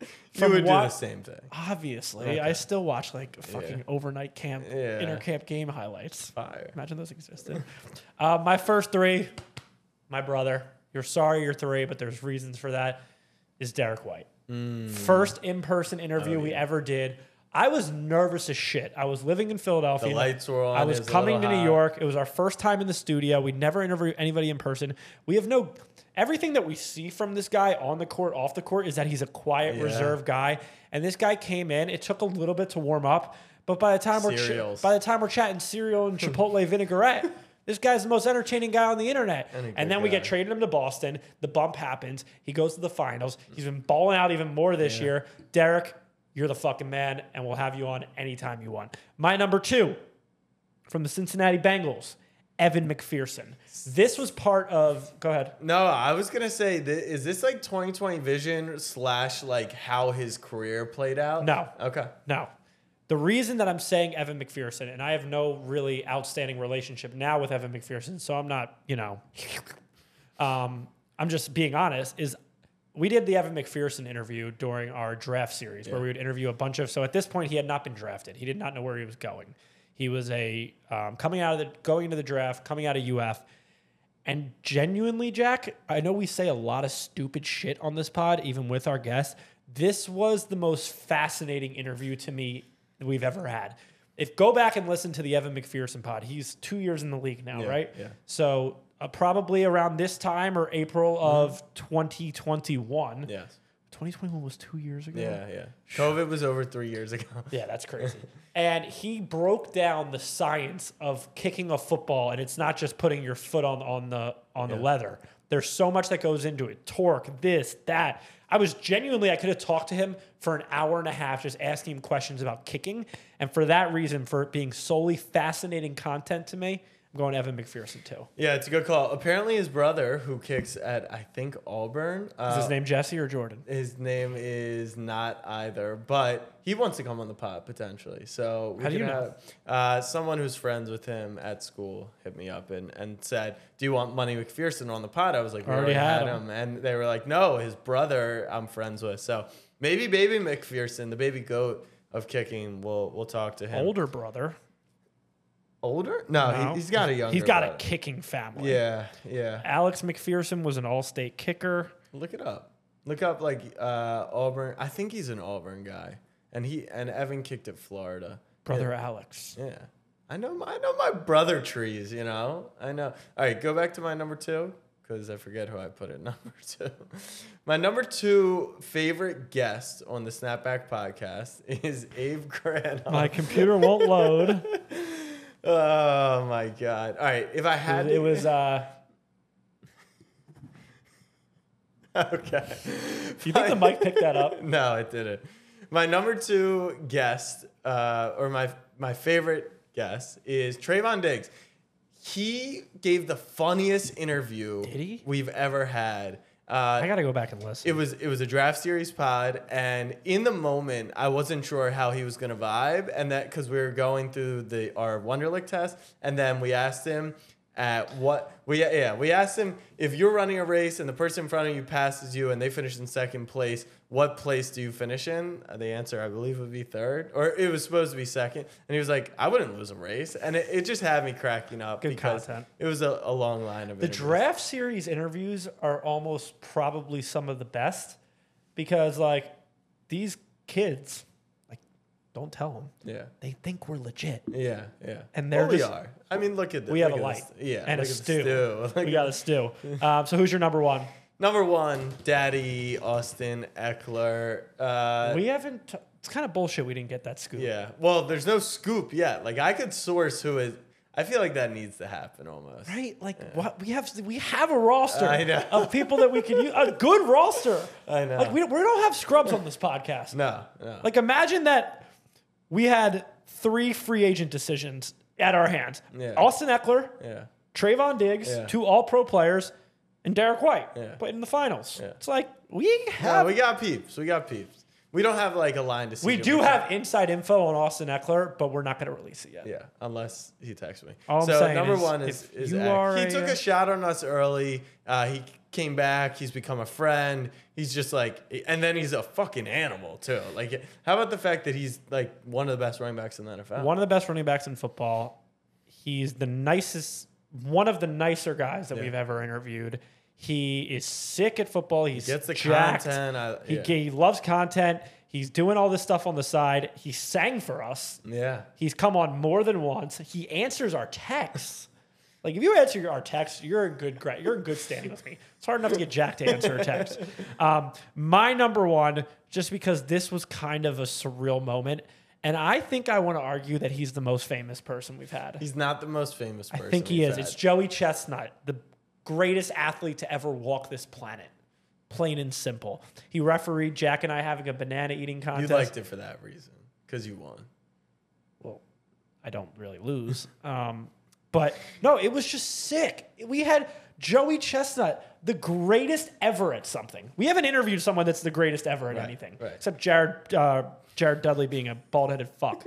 you from would what- do the same thing. Obviously, I still watch like fucking Yeah. overnight camp, Yeah. intercamp game highlights. Fire. Imagine those existed. uh, my first three, my brother. You're sorry you're three, but there's reasons for that. Is Derek White. Hmm. First in person Oh, interview we ever did. I was nervous as shit. I was living in Philadelphia. The lights were on, I it was was a coming to little New hot. York. It was our first time in the studio. We'd never interviewed anybody in person. We have no. Everything that we see from this guy on the court, off the court, is that he's a quiet, Yeah. reserved guy. And this guy came in. It took a little bit to warm up, but by the time we're ch- Cereals. by the time we're chatting cereal Hmm. and Chipotle vinaigrette. This guy's the most entertaining guy on the internet. And a And, good then we get guy. traded him to Boston. The bump happens. He goes to the finals. He's been balling out even more this year. Derek, you're the fucking man, and we'll have you on anytime you want. My number two from the Cincinnati Bengals, Evan McPherson. This was part of. Go ahead. No, I was gonna say, thi- is this like 2020 vision slash like how his career played out? No. Okay. No. The reason that I'm saying Evan McPherson, and I have no really outstanding relationship now with Evan McPherson, so I'm not, you know, um, I'm just being honest, is we did the Evan McPherson interview during our draft series where we would interview a bunch of. So at this point, he had not been drafted. He did not know where he was going. He was a um, coming out of the going into the draft, coming out of UF, and genuinely, Jack, I know we say a lot of stupid shit on this pod, even with our guests. This was the most fascinating interview to me that we've ever had. If go back and listen to the Evan McPherson pod, he's two years in the league now, right? yeah. So uh, probably around this time or April Mm-hmm. of 2021. Yes. 2021 was two years ago. Yeah, yeah. COVID was over three years ago. <laughs> Yeah, that's crazy. and he broke down the science of kicking a football, and it's not just putting your foot on on the on the leather. There's so much that goes into it. Torque, this, that. I was genuinely, I could have talked to him for an hour and a half just asking him questions about kicking. And for that reason, for it being solely fascinating content to me, I'm going Evan McPherson too. Yeah, it's a good call. Apparently, his brother, who kicks at I think Auburn, uh, Is his name Jesse or Jordan? His name is not either, but he wants to come on the pod potentially. So we How do you could know? have- uh, someone who's friends with him at school hit me up and, and said, "Do you want Money McPherson on the pod?" I was like, "We already, had, him. and they were like, "No, his brother I'm friends with." So maybe Baby McPherson, the baby goat of kicking, will will talk to him. Older brother. Older? No, No. He, he's got a younger. He's got a brother. kicking family. Yeah, yeah. Alex McPherson was an all-state kicker. Look it up. Look up like uh, Auburn. I think he's an Auburn guy, and he and Evan kicked at Florida. Brother Alex. Yeah, I know. My, I know my brother trees. You know, I know. All right, go back to my number two because I forget who I put at <laughs> number two. My number two favorite guest on the Snapback podcast is Abe <laughs> <laughs> Granholm. My computer won't <laughs> load. oh my god! All right, if I had It was uh <laughs> okay. You think the <laughs> mic picked that up? no, it didn't. My number two guest, uh, or my my favorite guest, is Trayvon Diggs. He gave the funniest interview Did he? we've ever had. I Uh, gotta go back and listen. it was it was a draft series pod, and in the moment, I wasn't sure how he was gonna vibe, and that because we were going through the our Wonderlick test, and then we asked him at what we yeah we asked him if you're running a race and the person in front of you passes you and they finish in second place, what place do you finish in? Uh, The answer I believe would be third, or it was supposed to be second, and he was like, I wouldn't lose a race, and it, it just had me cracking up Good because content. it was a, a long line of the draft series interviews are almost probably some of the best because like these kids like don't tell them yeah. they think we're <laughs> legit. Yeah, yeah. And they're Well, we just- are. I mean, look at this. We have a look at light this- Yeah, and a look at the stew. stew. <laughs> Look We at- got a stew. Um, so who's your number one? Number one, Daddy Austin Eckler. Uh, We haven't. T- it's kind of bullshit. We didn't get that scoop. yeah. Well, there's no scoop yet. Like I could source who is. I feel like that needs to happen almost. Right, like what we have, we have a roster I know. of people that we can use. A good roster. <laughs> I know. Like we, we don't have scrubs on <laughs> this podcast. No, no. Like imagine that we had three free agent decisions at our hands. Yeah. Austin Eckler, yeah. Trayvon Diggs, Yeah. two all pro players, and Derek White Yeah. played in the finals. Yeah. It's like we No, have we we, got peeps. We got peeps. We don't have like a line to see. who do we- have inside info on Austin Eckler, but we're not gonna release it yet. Yeah, unless he texts me. All I'm so saying number is, one is, if is you Eck. are he a, took uh, a shot on us early. Uh, he came back. He's become a friend. He's just like, and then he's a fucking animal too. Like, how about the fact that he's like one of the best running backs in the NFL? One of the best running backs in football. He's the nicest one of the nicer guys that Yeah. we've ever interviewed. He is sick at football. He's gets the jacked. content. I, He, yeah. he loves content. He's doing all this stuff on the side. He sang for us. yeah, He's come on more than once. He answers our texts. Like if you answer our texts, you're in good gra- you're in good standing with me. It's hard enough to get Jack to answer a text. Um, my number one, just because this was kind of a surreal moment, and I think I want to argue that he's the most famous person we've had. he's not the most famous person. I think he we've is. had. It's Joey Chestnut, the greatest athlete to ever walk this planet. Plain and simple. He refereed Jack and I having a banana eating you contest. liked it for that reason because you won. well, <laughs> I don't really lose. um, but no, it was just sick. We had Joey Chestnut, the greatest ever at something. We haven't interviewed someone that's the greatest ever at anything, right. except Jared uh, Jared Dudley being a bald headed <laughs> fuck.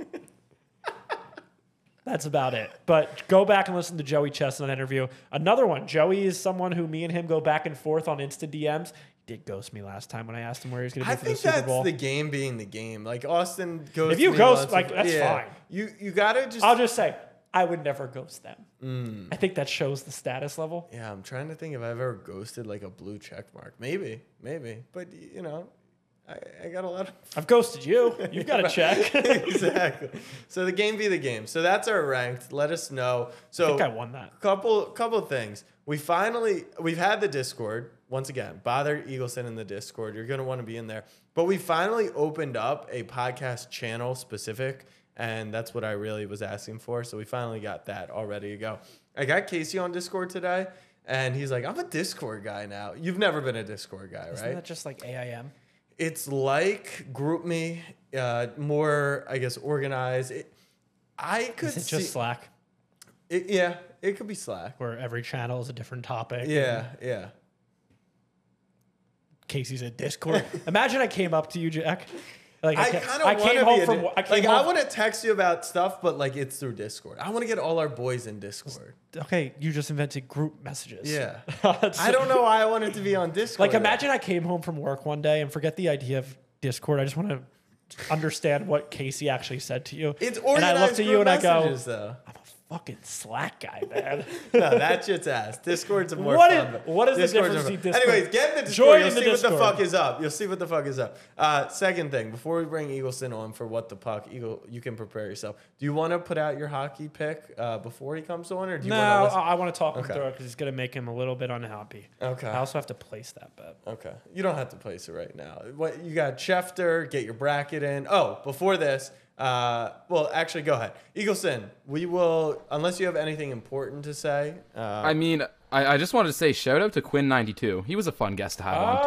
That's about it. But go back and listen to Joey Chestnut interview. Another one. Joey is someone who me and him go back and forth on Insta DMs. He did ghost me last time when I asked him where he was going to be I for the think Super that's Bowl. the game being the game. Like Austin goes. If you to me ghost, once like, if- that's yeah. fine. You you gotta just. I'll just say I would never ghost them. Mm. I think that shows the status level. yeah, I'm trying to think if I've ever ghosted like a blue check mark. Maybe, maybe, but y- you know, I, I got a lot of <laughs> I've ghosted you. You've got to check. I exactly. So the game be the game. So that's our ranked. Let us know. So think <laughs> I won that. couple couple things. We finally we've had the Discord once again. Bother Eagleson in the Discord. You're gonna want to be in there. But we finally opened up a podcast channel specific, and that's what I really was asking for. So we finally got that all ready to go. I got Casey on Discord today, and he's like, "I'm a Discord guy now. You've never been a Discord guy, Isn't right?" that just like AIM? it's like GroupMe, uh, more I guess organized. It, I could Is it see, just Slack it- yeah, it could be Slack. where every channel is a different topic? Yeah, yeah. Casey's a Discord. <laughs> Imagine I came up to you, Jack. Like I ca- kind of want to be a, di- I came like I home- want to text you about stuff, but like it's through Discord. I want to get all our boys in Discord. okay, you just invented group messages. Yeah, <laughs> That's- I don't know why I wanted to be on Discord. Like, imagine I came home from work one day and forget the idea of Discord. I just want to understand what Casey actually said to you. it's and organized. I look to you and I go, though. I'm a fucking <laughs> slack guy, man. No, that shit's ass. Discord's a more What fun. is- what is the Discord's difference a- between Discord? Anyways, get in the Discord. Join You'll in the see what the Discord. fuck is up. You'll see what the fuck is up. Uh, second thing, before we bring Eagleson on for what the puck, Eagle, you can prepare yourself. Do you want to put out your hockey pick uh, before he comes on, or do you no, want to? I, want to talk him Okay. through it because it's going to make him a little bit unhappy. Okay. I also have to place that bet. Okay. You don't have to place it right now. What you got Schefter, get your bracket in. Oh, before this, uh, well, actually, go ahead. Eagleson, we will, unless you have anything important to say. Uh, I mean, I, I just wanted to say shout out to Quinn92. He was a fun guest to have on,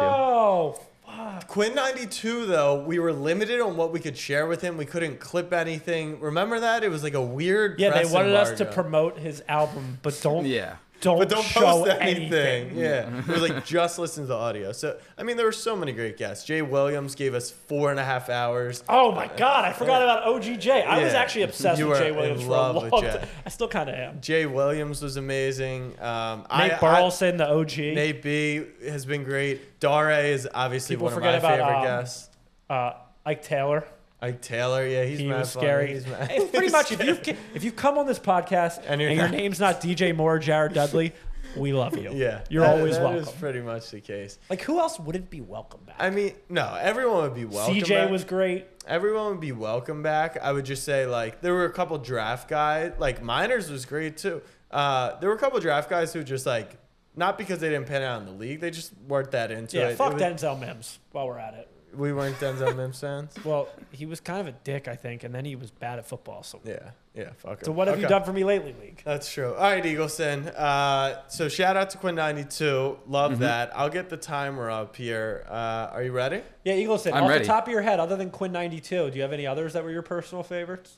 too. Oh, Quinn92, though, we were limited on what we could share with him. We couldn't clip anything. Remember that? It was like a weird. yeah. They press wanted us to embargo. promote his album, <laughs> but don't. Yeah. Don't, But don't show post anything. anything. Yeah. It was like just listen to the audio. So, I mean, there were so many great guests. Jay Williams gave us four and a half hours. Oh my God! I forgot about OGJ. I was Yeah. actually obsessed You with were Jay in Williams for a love with long Jay. time. I still kind of am. Jay Williams was amazing. Um, I, Nate I- Burleson, the OG. Nate B has been great. Dare is obviously People one of my forget about, favorite um, guests. uh, Ike Taylor. Ike Taylor, yeah, he's He mad was funny. scary. He's mad- It's <laughs> pretty much if you've if you come on this podcast And and, you're your not- name's not DJ Moore, Jared Dudley, we love you. yeah, you're that- always that is welcome. pretty much the case. Like who else wouldn't be welcome back? I mean, no, everyone would be welcome. CJ back. was great. everyone would be welcome back. I would just say like there were a couple draft guys like Miners was great too. Uh, there were a couple draft guys who just like not because they didn't pan out in the league, they just weren't that into yeah, it. It fuck was- Denzel Mims. While we're at it, We weren't Denzel Mims fans. <laughs> well, he was kind of a dick, I think, and then he was bad at football. So, Yeah, yeah, fuck. so him. what have you Okay. done for me lately, league? That's true. All right, Eagleson. Uh, so shout out to Quinn92. Love Mm-hmm. that. I'll get the timer up here. Uh, are you ready? Yeah, Eagleson. I'm off ready. the top of your head, other than Quinn ninety two, do you have any others that were your personal favorites?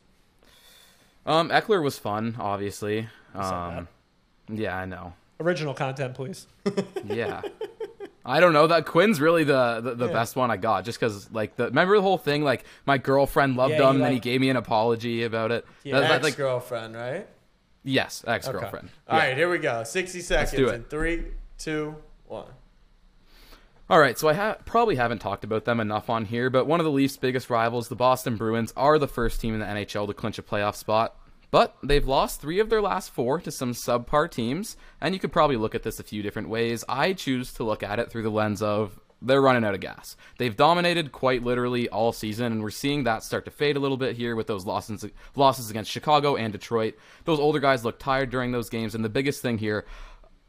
Um, Eckler was fun, obviously. saw Um, yeah, I know. Original content, please. Yeah. I don't know that Quinn's really the the, the best one I got just because like the remember the whole thing like my girlfriend loved Yeah, he, him and then he like- gave me an apology about it. Yeah. That- that, like Ex-girlfriend, right? yes, ex Okay. girlfriend. All right, here we go. 60 seconds do it. in three, two, one. <laughs> All right, so I ha- probably haven't talked about them enough on here, but one of the Leafs' biggest rivals, the Boston Bruins, are the first team in the NHL to clinch a playoff spot. But they've lost three of their last four to some subpar teams, and you could probably look at this a few different ways. I choose to look at it through the lens of they're running out of gas. They've dominated quite literally all season, and we're seeing that start to fade a little bit here with those losses losses against Chicago and Detroit. Those older guys look tired during those games, and the biggest thing here,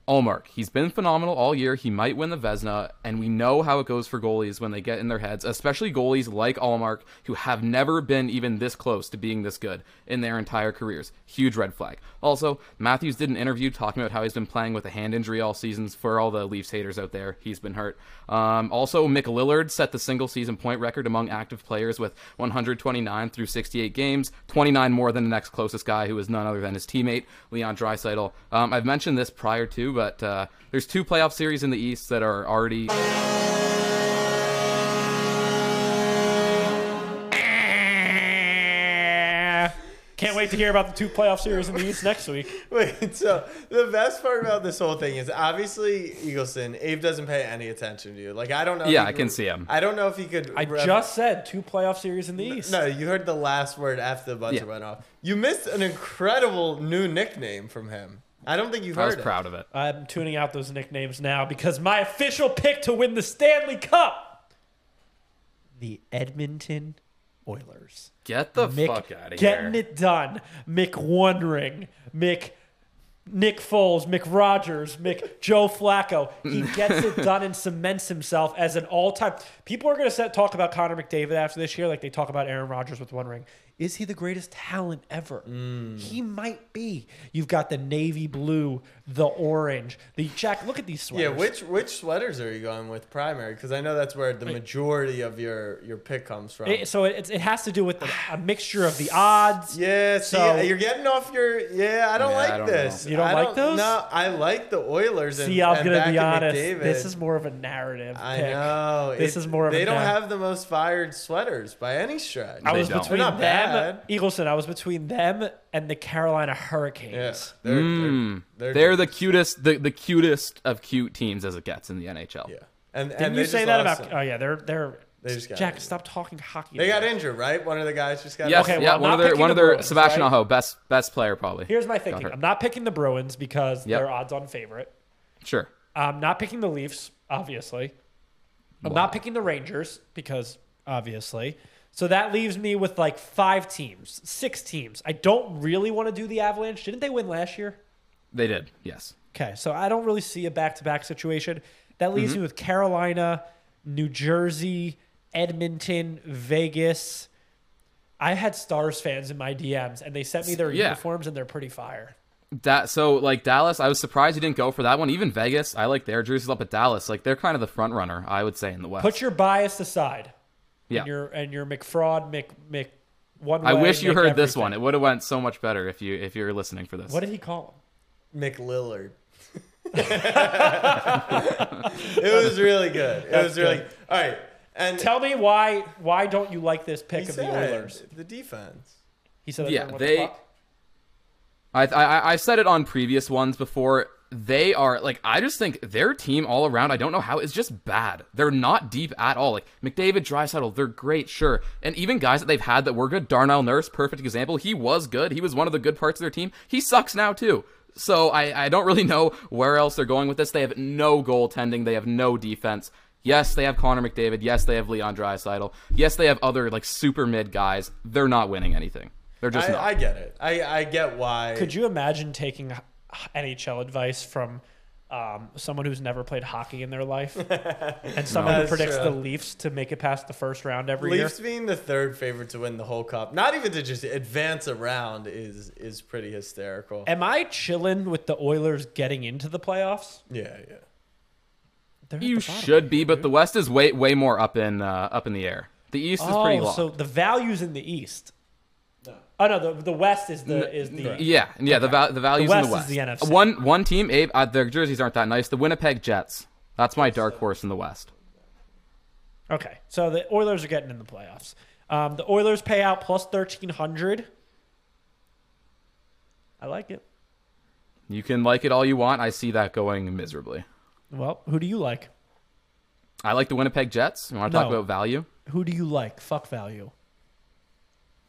Allmark, he's been phenomenal all year. He might win the Vesna, and we know how it goes for goalies when they get in their heads, especially goalies like Allmark, who have never been even this close to being this good in their entire careers. Huge red flag. Also, Matthews did an interview talking about how he's been playing with a hand injury all seasons. For all the Leafs haters out there, he's been hurt. Um, also, Mick Lillard set the single season point record among active players with 129 through 68 games, 29 more than the next closest guy, who is none other than his teammate, Leon Dreisaitl. Um, I've mentioned this prior to, but but uh, there's two playoff series in the East that are already. Can't wait to hear about the two playoff series in the East next <laughs> week. Wait, so the best part about this whole thing is obviously Eagleson, Abe doesn't pay any attention to you. Like I don't know. if Yeah, he I can see him. I don't know if he could. I just said two playoff series in the East. no. You heard the last word after the buzzer Yeah. went off. You missed an incredible new nickname from him. I don't think you heard. I was it. proud of it. I'm tuning out those nicknames now because my official pick to win the Stanley Cup, the Edmonton Oilers. Get the Mick fuck out of here. getting it done. Mick One Ring. Mick Nick Foles, Mick <laughs> Rogers, Mick Joe Flacco. He gets it done and cements himself as an all-time. People are going to talk about Connor McDavid after this year, like they talk about Aaron Rodgers with One Ring. Is he the greatest talent ever? Mm. He might be. You've got the navy blue, the orange, the Jack. Look at these Yeah, sweaters. which which sweaters are you going with primary? Because I know that's where the majority of your your pick comes from. It- so it, it has to do with the, a mixture <sighs> of the odds. yeah, see, So- you're getting off your. Yeah, I don't Yeah, I like don't know. this. You don't I like those? No, I like the Oilers. And, See, I'm and gonna back be in honest. McDavid. This is more of a narrative. I pick. know. This is is more of They a don't down. have the most fired sweaters by any stretch. I They was don't. between They're them, not bad. Eagleson. I was between them and the Carolina Hurricanes. Yes, they're, they're- they're, Mm. They're the cutest, the, the cutest of cute teams as it gets in the NHL. yeah. And Didn't and you they say just that lost about? them. Oh yeah, they're they're. They just got Jack, injured. stop talking hockey. They got injured, right? One of the guys just got. Yes, injured. Okay, yeah, well, I'm one not of their, picking one of the their Bruins, Sebastian right? Aho, best best player probably. Here's my Got thinking. hurt. I'm not picking the Bruins because Yep. they're odds-on favorite. Sure. I'm not picking the Leafs, obviously. I'm not picking the Rangers because obviously. So that leaves me with like five teams, six teams. I don't really want to do the Avalanche. Didn't they win last year? They did. Yes. Okay, so I don't really see a back-to-back situation. That leaves Mm-hmm. me with Carolina, New Jersey, Edmonton, Vegas. I had Stars fans in my DMs, and they sent me their Yeah. uniforms, and they're pretty fire. That so like Dallas, I was surprised you didn't go for that one. Even Vegas, I like their jerseys up at Dallas. Like they're kind of the front runner, I would say, in the West. Put your bias aside, yeah. and your and your McFraud, Mc Mc one. I way, wish you Mc heard this everything. one. It would have went so much better if you if you were listening for this. What did he call <laughs> McLillard. it was really good. It was really good. all right. And him? Tell me why why don't you like this pick he of said the Oilers? the defense. He said, Yeah, everyone wants they- the puck. I, I I've said it on previous ones before. They are like I just think their team all around. I don't know how is just bad. They're not deep at all. Like McDavid, Drysaddle, they're great, sure, and even guys that they've had that were good. Darnell Nurse, perfect example. He was good. He was one of the good parts of their team. He sucks now too. So I I don't really know where else they're going with this. They have no goaltending. They have no defense. Yes, they have Connor McDavid. Yes, they have Leon Drysaddle. Yes, they have other like super mid guys. They're not winning anything. They're just I, not. I get it. I, I get why. Could you imagine taking h- NHL advice from um, someone who's never played hockey in their life and someone who That's predicts true. the Leafs to make it past the first round every Leafs year? being the third favorite to win the whole cup, not even to just advance a round, is is pretty hysterical. Am I chilling with the Oilers getting into the playoffs? yeah, yeah. They're at You the bottom. should be, but the West is way way more up in uh, up in the air. The East is pretty Oh, low. so the values in the East. Oh no, the, the West is the is the yeah, yeah. The val- the values in the West West. is the NFC. One one team, Abe. Uh, their jerseys aren't that nice. The Winnipeg Jets. That's my dark horse in the West. okay. So the Oilers are getting in the playoffs. Um, the Oilers pay out plus thirteen hundred. I like it. You can like it all you want. I see that going miserably. Well, who do you like? I like the Winnipeg Jets. You want to talk No. about value? Who do you like? Fuck value.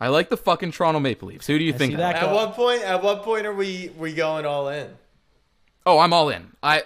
I like the fucking Toronto Maple Leafs. Who do you think? see I that like? At Go- what point? At what point are we we going all in? Oh, I'm all in. I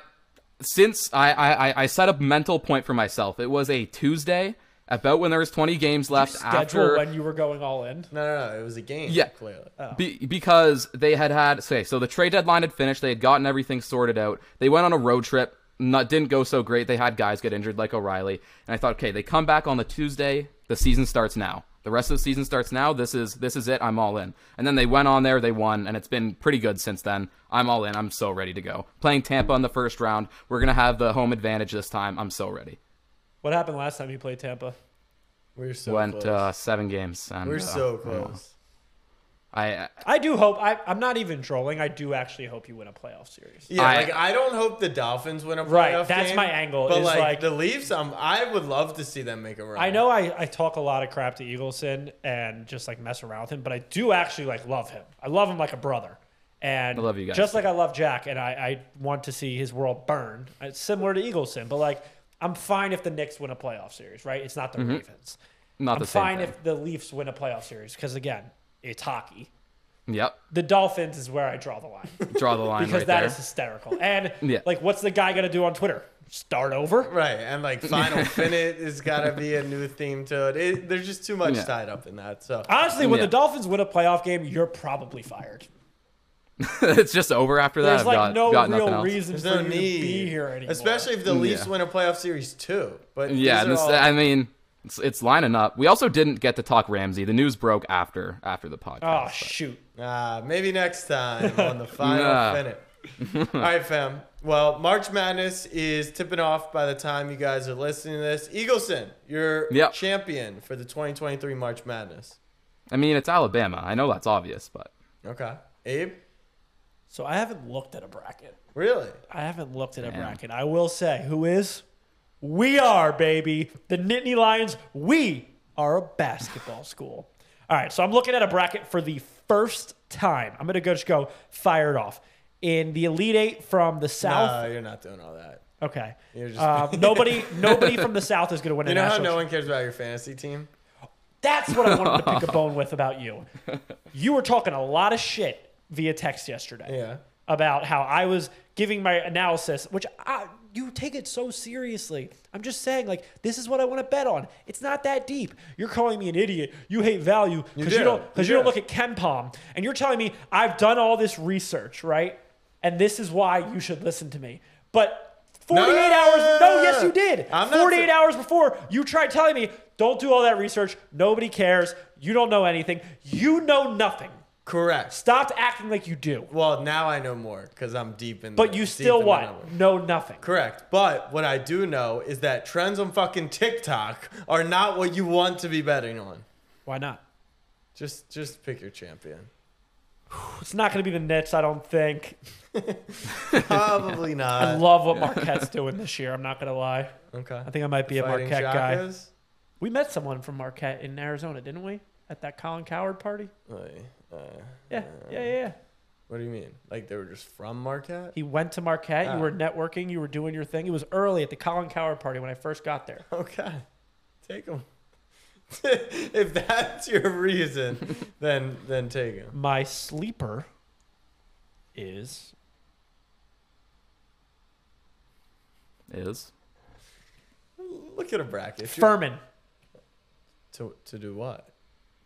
since I, I I- I set a mental point for myself. It was a Tuesday, about when there was 20 games left. schedule after when you were going all in. No, no, no. It was a game. Yeah. clearly. Oh. Be- because they had had okay, so the trade deadline had finished. They had gotten everything sorted out. They went on a road trip. Not didn't go so great. They had guys get injured like O'Reilly, and I thought, okay, they come back on the Tuesday. The season starts now. The rest of the season starts now. This is this is it. I'm all in. And then they went on there. They won, and it's been pretty good since then. I'm all in. I'm so ready to go. Playing Tampa in the first round. We're gonna have the home advantage this time. I'm so ready. What happened last time you played Tampa? We're so Went close. uh, seven games. And, We're uh, so close. I uh, I do hope. I, I'm not even trolling. I do actually hope you win a playoff series. Yeah, I- like I don't hope the Dolphins win a playoff Right, that's game, my angle, But is like, like- the Leafs, um, I would love to see them make a run. I know I, I talk a lot of crap to Eagleson and just like mess around with him, but I do actually like love him. I love him like a brother. And I love you guys. Just like I love Jack, and I, I want to see his world burn. It's similar to Eagleson, but like I'm fine if the Knicks win a playoff series, right? It's not the Ravens. Mm-hmm. not I'm the same. fine thing. if the Leafs win a playoff series because again, it's hockey. Yep. The Dolphins is where I draw the line <laughs> Draw the line because right that there. is hysterical. And Yeah. like, what's the guy gonna do on Twitter? Start over? Right, and like <laughs> final finish has got to be a new theme to it. it. There's just too much Yeah. tied up in that. So Honestly, when Yeah. the Dolphins win a playoff game, you're probably fired. <laughs> it's just over after that. There's I've like got, no got nothing real else. reason there's for no you need, to be here anymore. especially if the Leafs win a playoff series too. But Yeah, these are this, all- I mean, it's, it's lining up. We also didn't get to talk Ramsey. The news broke after after the Oh podcast. shoot! Ah, maybe next <laughs> time on the final Nah. minute. All right, fam. Well, March Madness is tipping off by the time you guys are listening to this. Eagleson, you're Yep. champion for the 2023 March Madness. I mean, it's Alabama. I know that's obvious, but Okay. Abe? So I haven't looked at a bracket. Really? I haven't looked at a Damn. bracket. I will say, who is? We are, baby. The Nittany Lions, we are a <laughs> basketball school. All right, so I'm looking at a bracket for the first time. I'm going to go just go fired off. In the Elite Eight from the No, South. Uh, you're not doing all that. Okay. You're just- Uh, <laughs> nobody nobody from the South is going to win You a know how national no one cares about your fantasy team? That's what I wanted <laughs> to pick a bone with about you. You were talking a lot of shit via text yesterday Yeah. about how I was giving my analysis, which I, you take it so seriously. I'm just saying, like, this is what I want to bet on. It's not that deep. You're calling me an idiot. You hate value because you, do. don't because You you don't do. look at Ken Palm, and you're telling me I've done all this research, right? And this is why you should listen to me. But 48 No, no, no, no, hours. no, No, no. yes, you did. I'm not 48 sa- hours before, you tried telling me, don't do all that research. Nobody cares. You don't know anything. You know nothing. Correct. Stop acting like you do. Well, now I know more because I'm deep in. But the- you deep still in the what? numbers. Know nothing. Correct. But what I do know is that trends on fucking TikTok are not what you want to be betting on. Why not? Just, just pick your champion. It's not going to be the Nets, I don't think. <laughs> <laughs> Probably I not. love what <laughs> Marquette's doing this year. I'm not going to lie. okay. I think I might be a Fighting Marquette guy. Chakas? We met someone from Marquette in Arizona, didn't we? At that Colin Coward party? Like, uh, Yeah, yeah, yeah. yeah. what do you mean? Like they were just from Marquette? He went to Marquette. Ah. You were networking. You were doing your thing. It was early at the Colin Coward party when I first got there. Okay. Oh, Take him. <laughs> if that's your <laughs> reason, then then take him. My sleeper is is Look at a bracket. Furman. to to do what?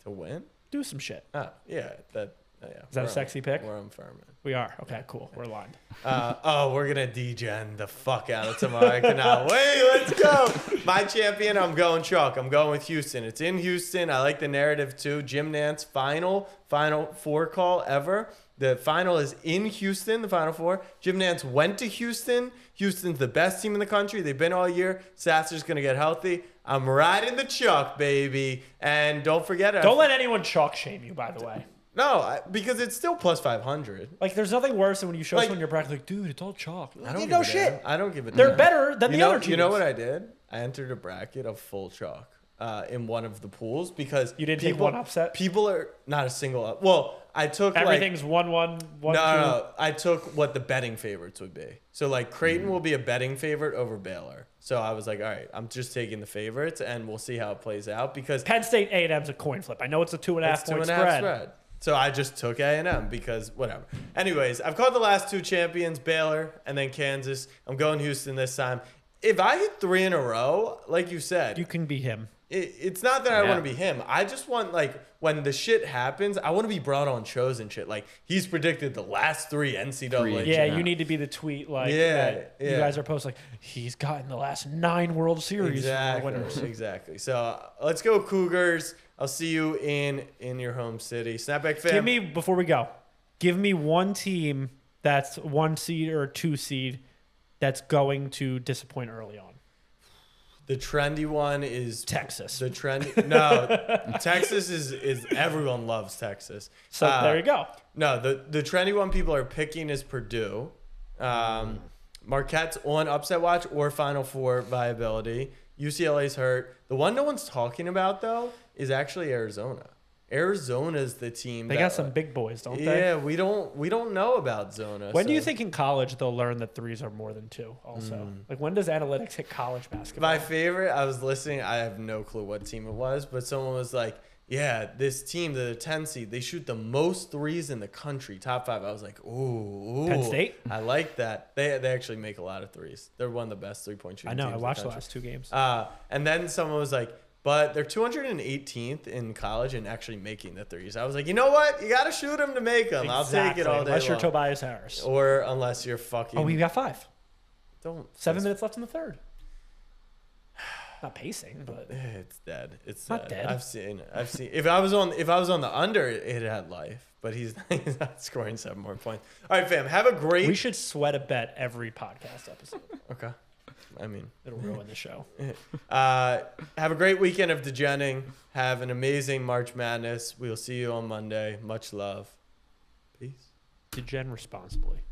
To win? Do some shit. Oh, yeah. That yeah. Is that a sexy pick? Where I'm Furman. We are. Okay, cool. We're aligned. Uh, oh, we're gonna degen the fuck out of tomorrow. I <laughs> cannot wait. Let's go. My champion. I'm going chalk. I'm going with Houston. It's in Houston. I like the narrative too. Jim Nance final final four call ever. The final is in Houston. The final four. Jim Nance went to Houston. Houston's the best team in the country. They've been all year. Sasser's gonna get healthy. I'm riding the chalk, baby. And don't forget. I- Don't let anyone chalk shame you, by the way. no, I- because it's still plus five hundred. Like, there's nothing worse than when you show Like- someone your bracket, like, dude, it's all chalk. I don't You give know a shit. damn. I don't give a They're damn. better than you the know, other teams. You know what I did? I entered a bracket of full chalk uh, in one of the pools because You didn't take one upset? People are not a single up. Well, I took like, Everything's one, one, one, no, no, two. no. I took what the betting favorites would be. So like Mm. Creighton will be a betting favorite over Baylor. So I was like, all right, I'm just taking the favorites, and we'll see how it plays out because Penn State A&M's a coin flip. I know it's a two and a half it's two point and a half spread. spread. So I just took A and M because whatever. Anyways, I've called the last two champions Baylor and then Kansas. I'm going Houston this time. If I hit three in a row, like you said, You can be him. it, it's not that I Yeah. want to be him. I just want like when the shit happens, I want to be brought on shows and shit. Like he's predicted the last three NCAA. Three. Yeah, Yeah. you need to be the tweet like Yeah, that you yeah. guys are posting like he's gotten the last nine World Series Exactly. winners. Exactly. So uh, let's go Cougars. I'll see you in in your home city. Snapback fam. Give me before we go. Give me one team that's one seed or two seed that's going to disappoint early on. The trendy one is Texas. The <laughs> trend no, Texas is is everyone loves Texas. So Uh, there you go. No, the the trendy one people are picking is Purdue. Um, Marquette's on upset watch or Final Four viability. UCLA's hurt. The one no one's talking about though is actually Arizona. Arizona's the team. They that- got some big boys, don't they? Yeah, we don't we don't know about Zona. When do you so- think in college they'll learn that threes are more than two? Also, Hmm. like when does analytics hit college basketball? My favorite, I was listening, I have no clue what team it was, but someone was like, Yeah, this team, the 10 seed, they shoot the most threes in the country, top five. I was like, Ooh, ooh Penn State? I like that. They, they actually make a lot of threes. They're one of the best three point shooting I know. teams I in watched the country. last two games. Uh, and then someone was like, but they're 218th in college and actually making the threes. I was like, you know what? You got to shoot them to make them. I'll take it Exactly, all day. Unless you're long. Oh, Tobias Harris. or unless you're fucking. Oh, we got five. don't. Seven minutes left in the third. <sighs> Not pacing, but Eh, It's dead. It's Not dead. I've seen. I've seen. If I was on, if I was on the under, it had life. But he's, <laughs> he's not scoring seven more points. All right, fam. Have a great. we should sweat a bet every podcast episode. okay. I mean, It'll ruin <laughs> the show. uh, have a great weekend of degenning. Have an amazing March Madness. We'll see you on Monday. Much love. Peace. Degen responsibly.